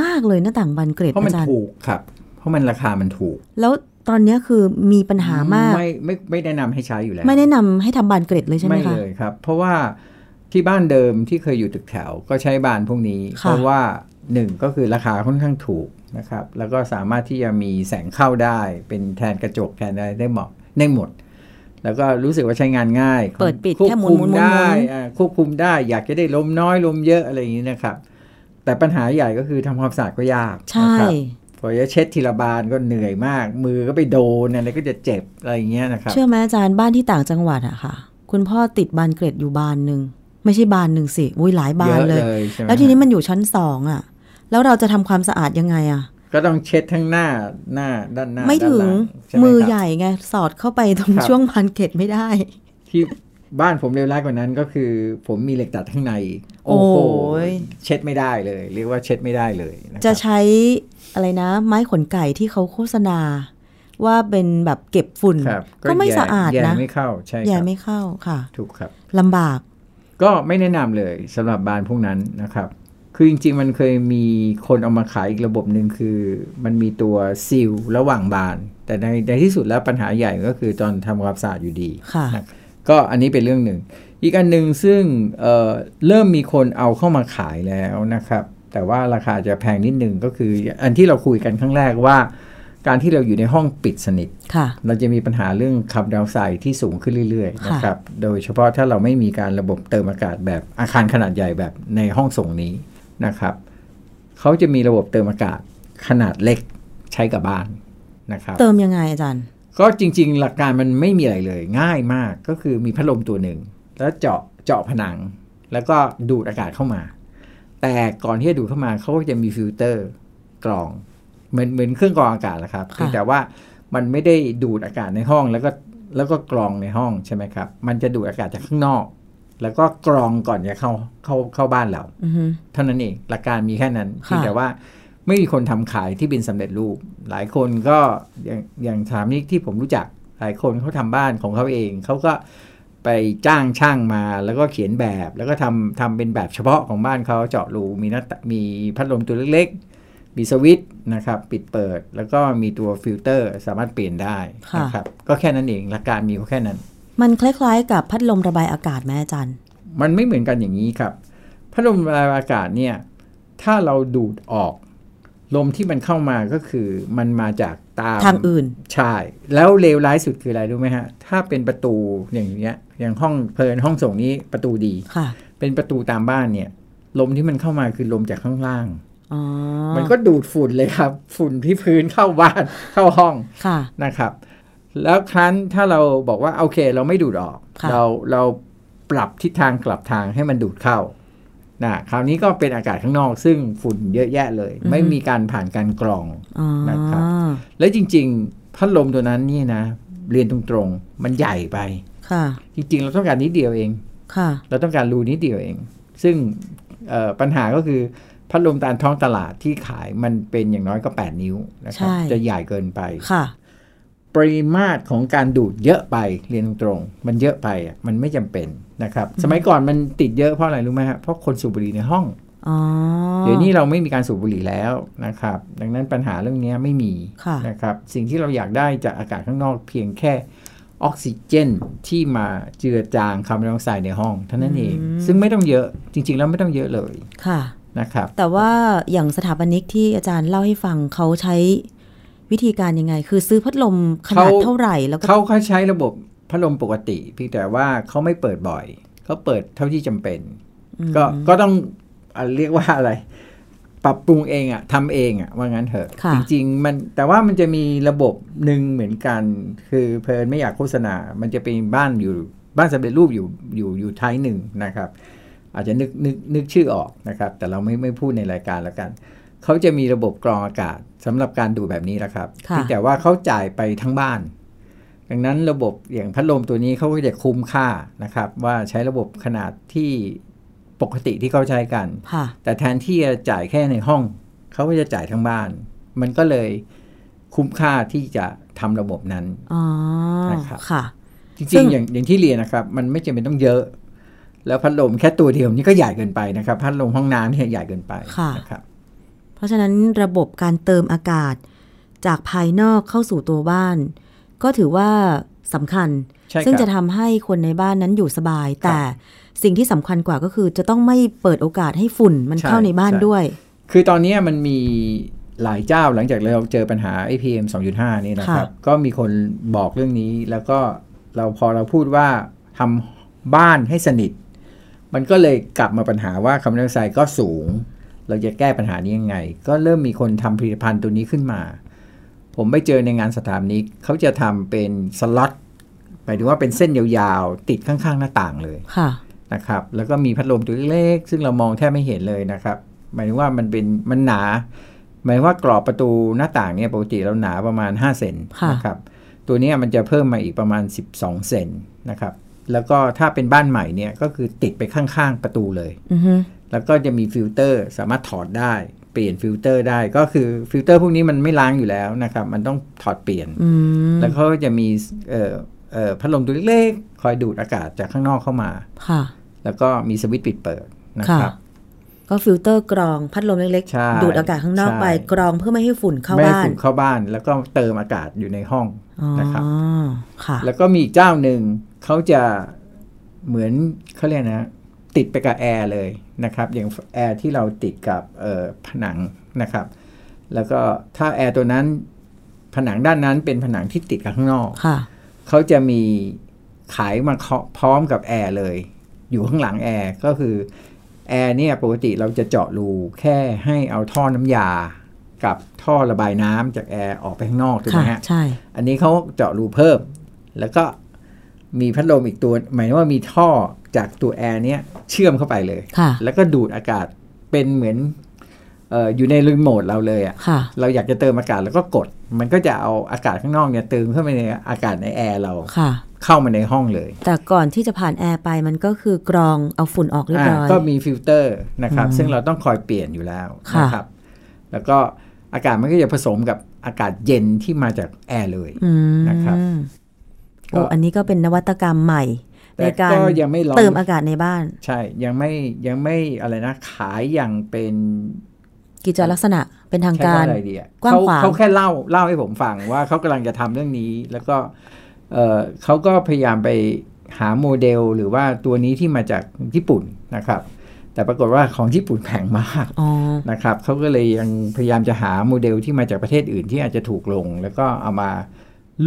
มากเลยหน้าต่างบานเกร็ด เพราะมัน อาจารย์ ถูกครับ เพราะมันราคามันถูก แล้วตอนเนี้ยคือมีปัญหามาก ไม่ไม่ไม่แนะนำให้ใช้อยู่แล้ว ไม่แนะนำให้ทำบานเกร็ดเลยใช่ไหม ไม่ คะ เลยครับ เพราะว่าที่บ้านเดิมที่เคยอยู่ตึกแถวก็ใช้บานพวกนี้ ค่ะ เพราะว่าหนึ่งก็คือราคาค่อนข้างถูกนะครับ แล้วก็สามารถที่จะมีแสงเข้าได้ เป็นแทนกระจกแทนอะไรได้เหมาะได้หมด แล้วก็รู้สึกว่าใช้งานง่าย เปิดปิด ควบ แค่หมุน คุม หมุนหมุน ได้ หมุน อ่าควบคุมได้ อยากจะได้ลมน้อยลมเยอะอะไรอย่างนี้นะครับ แต่ปัญหาใหญ่ก็คือทำความสะอาดก็ยาก ใช่ นะครับพอจะเช็ดทีละบานก็เหนื่อยมาก มือก็ไปโดนอะไรก็จะเจ็บอะไรอย่างเงี้ยนะครับ เชื่อไหมอาจารย์บ้านที่ต่างจังหวัดอะค่ะ คุณพ่อติดบานเกร็ดอยู่บานหนึ่งไม่ใช่บานหนึ่งสิอุ้ยหลายบานเลย เยอะเลยใช่ไหม แล้วทีนี้มันอยู่ชั้นสองอะแล้วเราจะทำความสะอาดยังไงอะ ก็ต้องเช็ดทั้งหน้าหน้าด้านหน้า ไม่ถึง ด้านลัช่มือไครับ ใหญ่ไง สอดเข้าไปตรง ครับ ช่วงพันเกตไม่ได้ ที่บ้านผมเลวร้ายกว่านั้นก็คือ ผมมีเหล็กดัดข้างใน โอ้ย เช็ดไม่ได้เลยเรียกว่าเช็ดไม่ได้เลยนครับ จะใช้อะไรนะ ไม้ขนไก่ที่เขาโฆษณา ว่าเป็นแบบเก็บฝุ่น ครับ ก็ไม่ แย่ สะอาด แย่ นะ ไม่เข้าใช่ แย่ ครับ ไม่เข้าค่ะ ถูกครับ ลำบาก ก็ไม่แนะนำเลยสำหรับบานพวกนั้นนะครับ คือจริงๆมันเคยมีคนเอามาขายอีกระบบหนึ่งคือ มันมีตัวซีลระหว่างบาน แต่ในในที่สุดแล้วปัญหาใหญ่ก็คือตอนทำความสะอาดอยู่ดี ค่ะ นะก็อันนี้เป็นเรื่องหนึ่ง อีกอันหนึ่งซึ่งเอ่อเริ่มมีคนเอาเข้ามาขายแล้วนะครับ แต่ว่าราคาจะแพงนิดหนึงก็คือ อันที่เราคุยกันครั้งแรกว่า การที่เราอยู่ในห้องปิดสนิท ค่ะ เราจะมีปัญหาเรื่องคาร์บอนไดออกไซด์ที่สูงขึ้นเรื่อยๆนะครับ โดยเฉพาะถ้าเราไม่มีการระบบเติมอากาศแบบอาคารขนาดใหญ่แบบในห้องส่งนี้นะครับ เขาจะมีระบบเติมอากาศขนาดเล็กใช้กับบ้านนะครับ เติมยังไงอาจารย์ ก็จริงๆ หลักการมันไม่มีอะไรเลยง่ายมากก็คือมีพัดลมตัวหนึ่ง แล้วเจาะเจาะผนัง แล้วก็ดูดอากาศเข้ามา แต่ก่อนที่จะดูดเข้ามาเขาก็จะมีฟิลเตอร์กรอง เหมือนเหมือนเครื่องกรองอากาศนะครับ ค่ะ เพียงแต่ว่ามันไม่ได้ดูดอากาศในห้องแล้วก็แล้วก็กรองในห้องใช่ไหมครับ มันจะดูดอากาศจากข้างนอก แล้วก็กรองก่อนจะเข้าเข้าเข้าบ้านเรา อือฮึ เท่านั้นเองหลักการมีแค่นั้น ค่ะ เพียงแต่ว่าไม่มีคนทำขายที่เป็นสำเร็จรูป หลายคนก็อย่างอย่างสถามนี้ที่ผมรู้จักหลายคนเขาทำบ้านของเขาเองเขาก็ไปจ้างช่างมาแล้วก็เขียนแบบ แล้วก็ทำทำเป็นแบบเฉพาะของบ้านเขาเจาะรูมีหน้าตมีพัดลมตัวเล็กๆ มีสวิตช์นะครับปิดเปิด แล้วก็มีตัวฟิลเตอร์สามารถเปลี่ยนได้นะครับก็แค่นั้นเองหลักการมีก็แค่นั้น มันคล้ายๆ กับพัดลมระบายอากาศไหมอาจารย์ มันไม่เหมือนกันอย่างนี้ครับพัดลมระบายอากาศเนี่ย ถ้าเราดูดออก ลมที่มันเข้ามาก็คือมันมาจากตาม ทางอื่น ใช่แล้วเลวร้ายสุดคืออะไรรู้ไหมฮะ ถ้าเป็นประตูอย่างเงี้ยอย่างห้องเพลินห้องส่งนี้ประตูดี ค่ะ เป็นประตูตามบ้านเนี่ย ลมที่มันเข้ามาคือลมจากข้างล่าง อ๋อ มันก็ดูดฝุ่นเลยครับ ฝุ่นที่พื้นเข้าบ้านเข้าห้อง ค่ะ นะครับ แล้วครั้นถ้าเราบอกว่า โอเค เราไม่ดูดออก ค่ะ เราเราปรับทิศทางกลับทางให้มันดูดเข้านะคราวนี้ก็เป็นอากาศข้างนอก ซึ่งฝุ่นเยอะแยะเลย ไม่มีการผ่านการกรอง อ๋อ นะครับ และจริง ๆ พัดลมตัวนั้นเนี่ยนะ เรียนตรงๆ มันใหญ่ไป ค่ะ จริง ๆ เราต้องการนิดเดียวเอง ค่ะ เราต้องการรูนิดเดียวเอง ซึ่งเอ่อปัญหาก็คือพัดลมตามท้องตลาดที่ขายมันเป็นอย่างน้อยก็ 8 นิ้วนะครับ ใช่ จะใหญ่เกินไป ค่ะ ปริมาตรของการดูดเยอะไปเรียนตรงๆมันเยอะไปอ่ะมันไม่จำเป็นนะครับ สมัยก่อนมันติดเยอะเพราะอะไรรู้ไหมฮะเพราะคนสูบบุหรี่ในห้อง อ๋อ เดี๋ยวนี้เราไม่มีการสูบบุหรี่แล้วนะครับ ดังนั้นปัญหาเรื่องนี้ไม่มี ค่ะ นะครับ สิ่งที่เราอยากได้จากอากาศข้างนอกเพียงแค่ออกซิเจนที่มาเจือจางคาร์บอนไดออกไซด์ในห้องเท่านั้นเอง ซึ่งไม่ต้องเยอะจริง ๆ แล้วไม่ต้องเยอะเลย ค่ะ นะครับ แต่ว่าอย่างสถาปนิกที่อาจารย์เล่าให้ฟังเขาใช้วิธีการยังไง คือซื้อพัดลมขนาด เขา เท่าไหร่แล้วก็ เขาเขาใช้ระบบพัดลมปกติเพียงแต่ว่าเขาไม่เปิดบ่อยเขาเปิดเท่าที่จำเป็น ก็ก็ต้องอ่ะเรียกว่าอะไร ปรับปรุงเองอะทำเองอะว่างั้นเถอะ ค่ะ จริงๆมันแต่ว่ามันจะมีระบบหนึ่งเหมือนกัน คือเพลินไม่อยากโฆษณา มันจะเป็นบ้านอยู่บ้านสำเร็จรูปอยู่อยู่อยู่ท้ายหนึ่งนะครับ อาจจะนึกนึกนึกชื่อออกนะครับ แต่เราไม่ไม่พูดในรายการแล้วกัน เขาจะมีระบบกรองอากาศสำหรับการดูดแบบนี้แหละครับ ค่ะ เพียงแต่ว่าเขาจ่ายไปทั้งบ้าน ดังนั้นระบบอย่างพัดลมตัวนี้เขาก็จะคุ้มค่านะครับ ว่าใช้ระบบขนาดที่ปกติที่เขาใช้กัน ค่ะ แต่แทนที่จะจ่ายแค่ในห้อง เขาก็จะจ่ายทั้งบ้าน มันก็เลยคุ้มค่าที่จะทำระบบนั้น อ๋อ นะครับ ค่ะ จ ซึ่ ริ ง งๆอย่างอย่างที่เรียนนะครับ มันไม่จำเป็นต้องเยอะ แล้วพัดลมแค่ตัวเดียวนี่ก็ใหญ่เกินไปนะครับ พัดลมห้องน้ำเนี่ยใหญ่เกินไปนะครับ เพราะฉะนั้นระบบการเติมอากาศจากภายนอกเข้าสู่ตัวบ้าน ก็ถือว่าสำคัญ ใช่ครับ ซึ่งจะทำให้คนในบ้านนั้นอยู่สบาย แต่สิ่งที่สำคัญกว่าก็คือจะต้องไม่เปิดโอกาสให้ฝุ่นมัน ใช่ เข้าในบ้าน ใช่ ด้วย คือตอนนี้มันมีหลายเจ้าหลังจากเราเจอปัญหา APM 2.5 นี่นะครับ ก็มีคนบอกเรื่องนี้แล้วก็เราพอเราพูดว่าทำบ้านให้สนิท มันก็เลยกลับมาปัญหาว่าคาร์บอนไดออกไซด์ก็สูง เราจะแก้ปัญหานี้ยังไง ก็เริ่มมีคนทำผลิตภัณฑ์ตัวนี้ขึ้นมา ผมไปเจอในงานสถาปนิกเขาจะทำเป็นสล็อตหมายถึงว่าเป็นเส้นยาวๆ ติดข้างๆหน้าต่างเลย ค่ะ นะครับแล้วก็มีพัดลมตัวเล็กๆซึ่งเรามองแทบไม่เห็นเลยนะครับหมายถึงว่ามันเป็นมันหนา หมายถึงว่ากรอบประตูหน้าต่างเนี่ยปกติเราหนาประมาณ 5 เซน ค่ะ นะครับตัวเนี้ยมันจะเพิ่มมาอีกประมาณ 12 เซนนะครับแล้วก็ถ้าเป็นบ้านใหม่เนี่ยก็คือติดไปข้างๆประตูเลย อือฮึ แล้วก็จะมีฟิลเตอร์สามารถถอดได้ เปลี่ยนฟิลเตอร์ได้ก็คือฟิลเตอร์พวกนี้มันไม่ล้างอยู่แล้วนะครับมันต้องถอดเปลี่ยน อืม แล้วเขาก็จะมีเอ่อเอ่อพัดลมตัวเล็กๆ คอยดูดอากาศจากข้างนอกเข้ามา ค่ะ แล้วก็มีสวิตช์ปิดเปิดนะครับ ก็ฟิลเตอร์กรองพัดลมเล็ก ใช่ ๆ ดูดอากาศข้างนอก ใช่ ไปกรองเพื่อไม่ให้ฝุ่นเข้า ไม่ให้ บ้าน ฝุ่นเข้าบ้านแล้วก็เติมอากาศอยู่ในห้อง อ๋อ นะครับ ค่ะ แล้วก็มีอีกเจ้าหนึ่งเขาจะเหมือนเขาเรียกนะ ติดไปกับแอร์เลยนะครับ อย่างแอร์ที่เราติดกับเอ่อผนังนะครับ แล้วก็ถ้าแอร์ตัวนั้น ผนังด้านนั้นเป็นผนังที่ติดกับข้างนอก ค่ะ เขาจะมีขายมาเคาะพร้อมกับแอร์เลย อยู่ข้างหลังแอร์ก็คือแอร์เนี่ยปกติเราจะเจาะรูแค่ให้เอาท่อน้ำยา กับท่อระบายน้ำจากแอร์ออกไปข้างนอกถูกไห ค่ะ มฮะ ใช่ อันนี้เขาเจาะรูเพิ่ม แล้วก็มีพัดลมอีกตัว หมายถึงว่ามีท่อจากตัวแอร์เนี้ยเชื่อมเข้าไปเลย ค่ะ แล้วก็ดูดอากาศเป็นเหมือนเอออยู่ในรีโมทเราเลยอะ ค่ะ เราอยากจะเติมอากาศแล้วก็กด มันก็จะเอาอากาศข้างนอกเนี่ยเติมเข้าไปในอากาศในแอร์เรา ค่ะ เข้ามาในห้องเลย แต่ก่อนที่จะผ่านแอร์ไปมันก็คือกรองเอาฝุ่นออกเรียบ อ่า ร้อย ก็มีฟิลเตอร์นะครับ ซึ่งเราต้องคอยเปลี่ยนอยู่แล้ว ค่ะ นะครับ แล้วก็อากาศมันก็จะผสมกับอากาศเย็นที่มาจากแอร์เลย อืม นะครับ โอ้ ก็ อันนี้ก็เป็นนวัตกรรมใหม่ แต่ ในการ ก็ยังไม่ร้อน เติมอากาศในบ้าน ใช่ยังไม่ยังไม่อะไรนะขายอย่างเป็น กิจลักษณะเป็นทาง ใช้ กา ว่าร อะไรดีอะ กว้าง เขา ขวาง เขาแค่เล่าเล่าให้ผมฟังว่าเขากำลังจะทำเรื่องนี้ แล้วก็เออเขาก็พยายามไปหาโมเดลหรือว่าตัวนี้ที่มาจากญี่ปุ่นนะครับ แต่ปรากฏว่าของญี่ปุ่นแพงมาก [laughs] อ๋อ นะครับเขาก็เลยยังพยายามจะหาโมเดลที่มาจากประเทศอื่นที่อาจจะถูกลง แล้วก็เอามา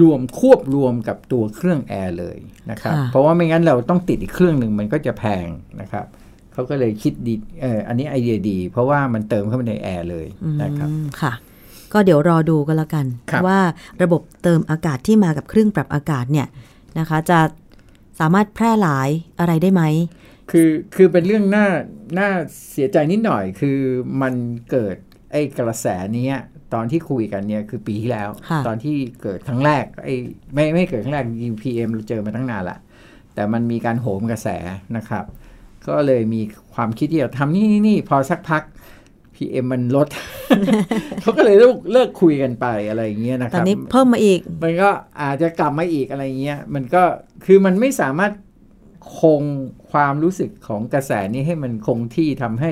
รวมควบรวมกับตัวเครื่องแอร์เลยนะครับ ค่ะ เพราะว่าไม่งั้นเราต้องติดอีกเครื่องหนึ่งมันก็จะแพงนะครับ เขาก็เลยคิดดีเอออันนี้ไอเดียดี เพราะว่ามันเติมเข้าไปในแอร์เลย อืม นะครับ ค่ะ ก็เดี๋ยวรอดูกันละกัน ครับ ว่าระบบเติมอากาศที่มากับเครื่องปรับอากาศเนี่ยนะคะ จะสามารถแพร่หลายอะไรได้ไหม คือคือเป็นเรื่องน่าน่าเสียใจนิดหน่อย คือมันเกิดไอ้กระแสเนี้ยตอนที่คุยกันเนี่ยคือปีที่แล้ว ค่ะ ตอนที่เกิดครั้งแรกไอ้ไม่ไม่เกิดครั้งแรก UPM เราเจอมาตั้งนานละแต่มันมีการโหมกระแสนะครับ ก็เลยมีความคิดที่จะทำนี่นี่นี่พอสักพัก PM มันลด [laughs] เขาก็เลยเลิกเลิกคุยกันไปอะไรอย่างเงี้ยนะค ตอน รับ นี้เพิ่มมาอีก มันก็อาจจะกลับมาอีกอะไรเงี้ย มันก็คือมันไม่สามารถคงความรู้สึกของกระแสนี้ให้มันคงที่ทำให้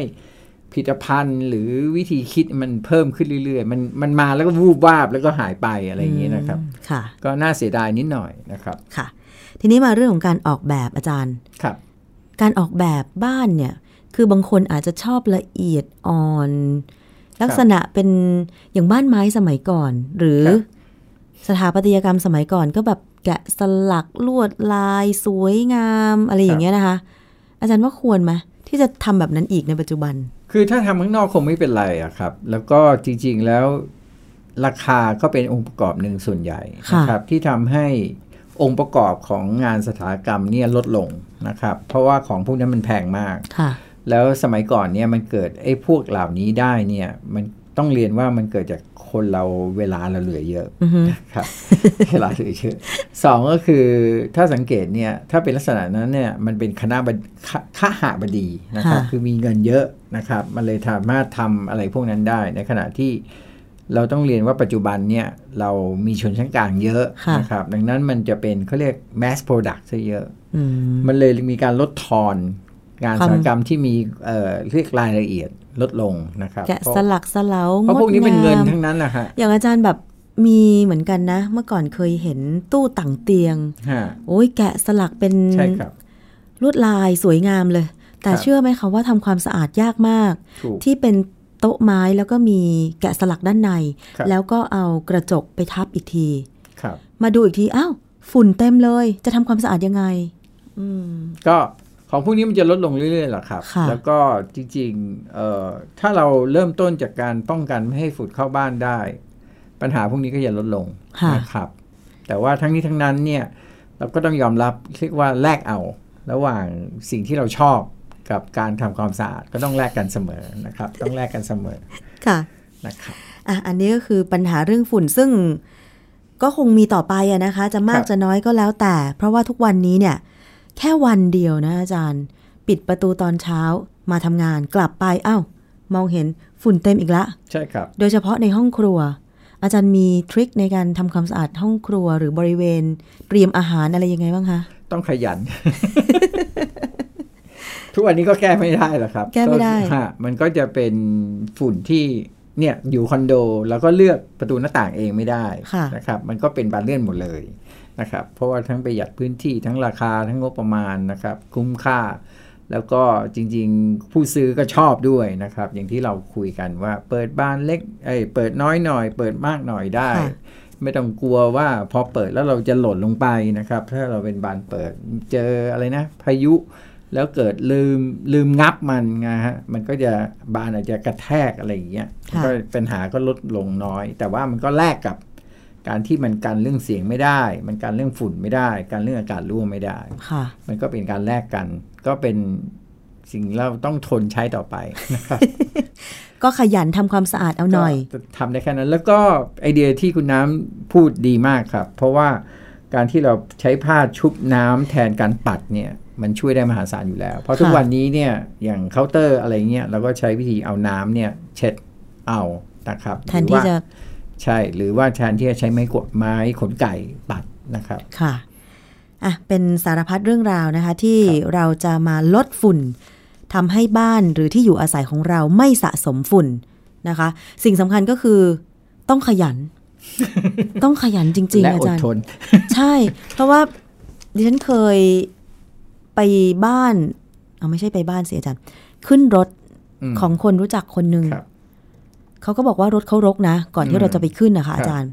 ผลิตภัณฑ์หรือวิธีคิดมันเพิ่มขึ้นเรื่อยๆ มันมันมาแล้วก็วูบวาบแล้วก็หายไปอะไรอย่างเงี้ยนะครับ ค่ะ ก็น่าเสียดายนิดหน่อยนะครับ ค่ะ ทีนี้มาเรื่องของการออกแบบอาจารย์ ครับ การออกแบบบ้านเนี่ย คือบางคนอาจจะชอบละเอียดอ่อน ลักษณะเป็นอย่างบ้านไม้สมัยก่อน หรือ ครับ สถาปัตยกรรมสมัยก่อนก็แบบแกะสลักลวดลาย สวยงามอะไรอย่างเงี้ยนะคะ อาจารย์ว่าควรไหมที่จะทำแบบนั้นอีกในปัจจุบัน คือถ้าทำข้างนอกคงไม่เป็นไรอะครับ แล้วก็จริงๆแล้วราคาก็เป็นองค์ประกอบหนึ่งส่วนใหญ่นะครับ ที่ทำให้องค์ประกอบของงานสถาปัตยกรรมเนี่ยลดลงนะครับ เพราะว่าของพวกนั้นมันแพงมาก ค่ะ แล้วสมัยก่อนเนี่ยมันเกิดไอ้พวกเหล่านี้ได้เนี่ยมันต้องเรียนว่ามันเกิดจากคนเราเวลาเราเหลือเยอะ อือฮึ นะครับ [laughs] เวลาเหลือเยอะสองก็คือถ้าสังเกตเนี่ยถ้าเป็นลักษณะนั้นเนี่ยมันเป็นคณะบดคคหบดีนะครับ ค่ะ คือมีเงินเยอะนะครับ มันเลยสามารถทำอะไรพวกนั้นได้ ในขณะที่เราต้องเรียนว่าปัจจุบันเนี่ยเรามีชนชั้นกลางเยอะนะครับดังนั้นมันจะเป็นเขาเรียก mass product ซะเยอะ อืม มันเลยมีการลดทอนงาน ความ ศิลปกรรมที่มีเอ่อเรียกรายละเอียดลดลงนะครับ แกะ เพราะ สลักสลาว เพราะพวกนี้เป็นเงิน งดงาม ทั้งนั้นแหละฮะ อย่างอาจารย์แบบมีเหมือนกันนะ เมื่อก่อนเคยเห็นตู้ต่างเตียง ฮะ โอ้ยแกะสลักเป็น ใช่ครับ ลวดลายสวยงามเลย แต่ ครับ เชื่อไหมคะว่าทำความสะอาดยากมาก ถูก ที่เป็นโต๊ะไม้แล้วก็มีแกะสลักด้านใน ครับ แล้วก็เอากระจกไปทับอีกที ครับ มาดูอีกทีอ้าวฝุ่นเต็มเลย จะทำความสะอาดยังไง อืม ก็ของพวกนี้มันจะลดลงเรื่อยๆหรอครับ ค่ะ แล้วก็จริงๆเอ่อถ้าเราเริ่มต้นจากการป้องกันไม่ให้ฝุ่นเข้าบ้านได้ ปัญหาพวกนี้ก็จะลดลง ค่ะ นะครับ แต่ว่าทั้งนี้ทั้งนั้นเนี่ยเราก็ต้องยอมรับเรียกว่าแลกเอา ระหว่างสิ่งที่เราชอบกับการทำความสะอาดก็ต้องแลกกันเสมอนะครับ ต้องแลกกันเสมอ ค่ะ นะครับ อ่ะอันนี้ก็คือปัญหาเรื่องฝุ่นซึ่งก็คงมีต่อไปอะนะคะ จะมาก ครับ จะน้อยก็แล้วแต่ เพราะว่าทุกวันนี้เนี่ย แค่วันเดียวนะอาจารย์ ปิดประตูตอนเช้ามาทำงานกลับไปเอ้า มองเห็นฝุ่นเต็มอีกละ ใช่ครับ โดยเฉพาะในห้องครัว อาจารย์มีทริคในการทำความสะอาดห้องครัวหรือบริเวณ เตรียมอาหารอะไรยังไงบ้างคะ ต้องขยัน [laughs] ทุกวันนี้ก็แก้ไม่ได้หรอกครับ แก้ไม่ได้ ฮะมันก็จะเป็นฝุ่นที่เนี่ยอยู่คอนโดแล้วก็เลือกประตูหน้าต่างเองไม่ได้นะครับ มันก็เป็นบานเลื่อนหมดเลยนะครับ เพราะว่าทั้งประหยัดพื้นที่ทั้งราคาทั้งงบประมาณนะครับ คุ้มค่า แล้วก็จริงๆ ผู้ซื้อก็ชอบด้วยนะครับ อย่างที่เราคุยกันว่า เปิดบ้านเล็กเอ้ยเปิดน้อยหน่อย เปิดมากหน่อยได้ ค่ะ ไม่ต้องกลัวว่าพอเปิดแล้วเราจะหล่นลงไปนะครับ ถ้าเราเป็นบานเปิดเจออะไรนะ พายุแล้วเกิดลืมลืมงับมันนะฮะมันก็จะบานอาจจะกระแทกอะไรอย่างเงี้ย ค่ะ ก็ปัญหาก็ลดลงน้อย แต่ว่ามันก็แลกกับ การที่มันกันเรื่องเสียงไม่ได้ มันกันเรื่องฝุ่นไม่ได้ การเรื่องอากาศรั่วไม่ได้ ค่ะ มันก็เป็นการแลกกัน ก็เป็นสิ่งเราต้องทนใช้ต่อไปนะครับ ก็ขยันทำความสะอาดเอา [laughs] หน่อย ก็ทำได้แค่นั้นแล้วก็ไอเดียที่คุณน้ำพูดดีมากครับ เพราะว่าการที่เราใช้ผ้าชุบน้ำแทนการปัดเนี่ยมันช่วยได้มหาศาลอยู่แล้ว เพราะทุก ค่ะ วันนี้เนี่ยอย่างเคาน์เตอร์อะไรเงี้ยเราก็ใช้วิธีเอาน้ำเนี่ยเช็ดเอานะครับ แทนที่ หรือ จะ ว่าใช่หรือว่าแทนที่จะใช้ไม้กวาดไม้ขนไก่ปัดนะครับ ค่ะอ่ะ เป็นสารพัดเรื่องราวนะคะ ที่เราจะมาลดฝุ่นทำให้บ้านหรือที่อยู่อาศัยของเราไม่สะสมฝุ่นนะคะ สิ่งสำคัญก็คือต้องขยัน ต้องขยันจริง และ ๆ อา อด จารย์ ทน ใช่ เพราะว่าดิฉันเคยไปบ้านเอาไม่ใช่ไปบ้านสิอาจารย์ ขึ้นรถ อืม ของคนรู้จักคนหนึ่ง ครับ เขาก็บอกว่ารถเขารกนะ ก่อนที่ อืม เราจะไปขึ้นนะคะ ครับ อาจารย์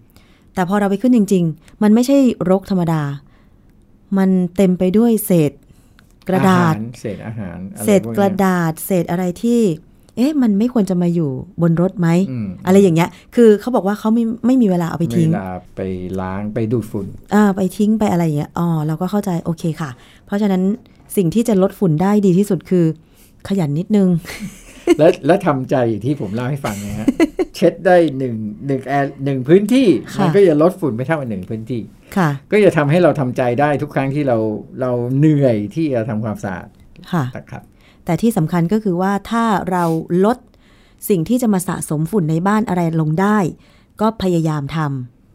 แต่พอเราไปขึ้นจริง ๆ มันไม่ใช่รกธรรมดา มันเต็มไปด้วยเศษกระดาษ อหเศษอาหารอไ เศษ พวนี้ กระดาษ เศษอะไรที่ เอ๊ะ มันไม่ควรจะมาอยู่บนรถไหม อืม อะไรอย่างเงี้ย คือเขาบอกว่าเขาไม่ไม่มีเวลาเอาไปทิ้ง เวลาไปล้างไปดูดฝุ่น [laughs] อ่าไปทิ้งไปอะไรอย่างเงี้ย อ๋อ เราก็เข้าใจโอเคค่ะ เพราะฉะนั้นสิ่งที่จะลดฝุ่นได้ดีที่สุดคือ ขยันนิดนึง [laughs] และและทำใจอย่างที่ผมเล่าให้ฟังนะฮะ [laughs] เช็ดได้หนึ่งหนึ่งแอร์หนึ่งพื้นที่ ค่ะ มันก็จะลดฝุ่นไม่เท่ากับหนึ่งพื้นที่ ค่ะ ก็จะทำให้เราทำใจได้ทุกครั้งที่เราเราเหนื่อยที่จะทำความสะอาด ค่ะ นะครับ แต่ที่สำคัญก็คือว่าถ้าเราลดสิ่งที่จะมาสะสมฝุ่นในบ้านอะไรลงได้ ก็พยายามทำ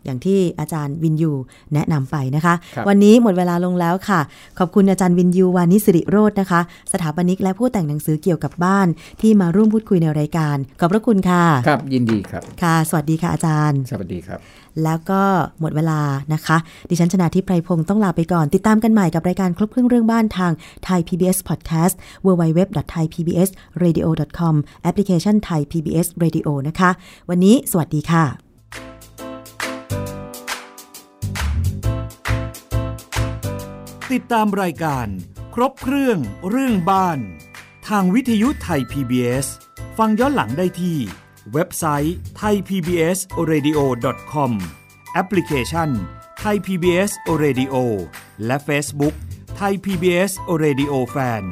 อย่างที่อาจารย์วินยูแนะนำไปนะคะ ครับ วันนี้หมดเวลาลงแล้วค่ะ ขอบคุณอาจารย์วินยูวานิสิริโรจน์นะคะ สถาปนิกและผู้แต่งหนังสือเกี่ยวกับบ้าน ที่มาร่วมพูดคุยในรายการ ขอบพระคุณค่ะ ครับยินดีครับ ค่ะ สวัสดีค่ะอาจารย์ สวัสดีครับ แล้วก็หมดเวลานะคะ ดิฉันชนะทิพไพรพงศ์ต้องลาไปก่อน ติดตามกันใหม่กับรายการครบเครื่องเรื่องบ้านทาง Thai PBS Podcast www.thaipbsradio.com แอปพลิเคชัน Thai PBS Radio นะคะ วันนี้สวัสดีค่ะ ติดตามรายการ ครบเครื่องเรื่องบ้าน ทางวิทยุไทย PBS ฟังย้อนหลังได้ที่ เว็บไซต์ thaipbsradio.com แอปพลิเคชัน Thai PBS Radio และ Facebook Thai PBS Radio Fan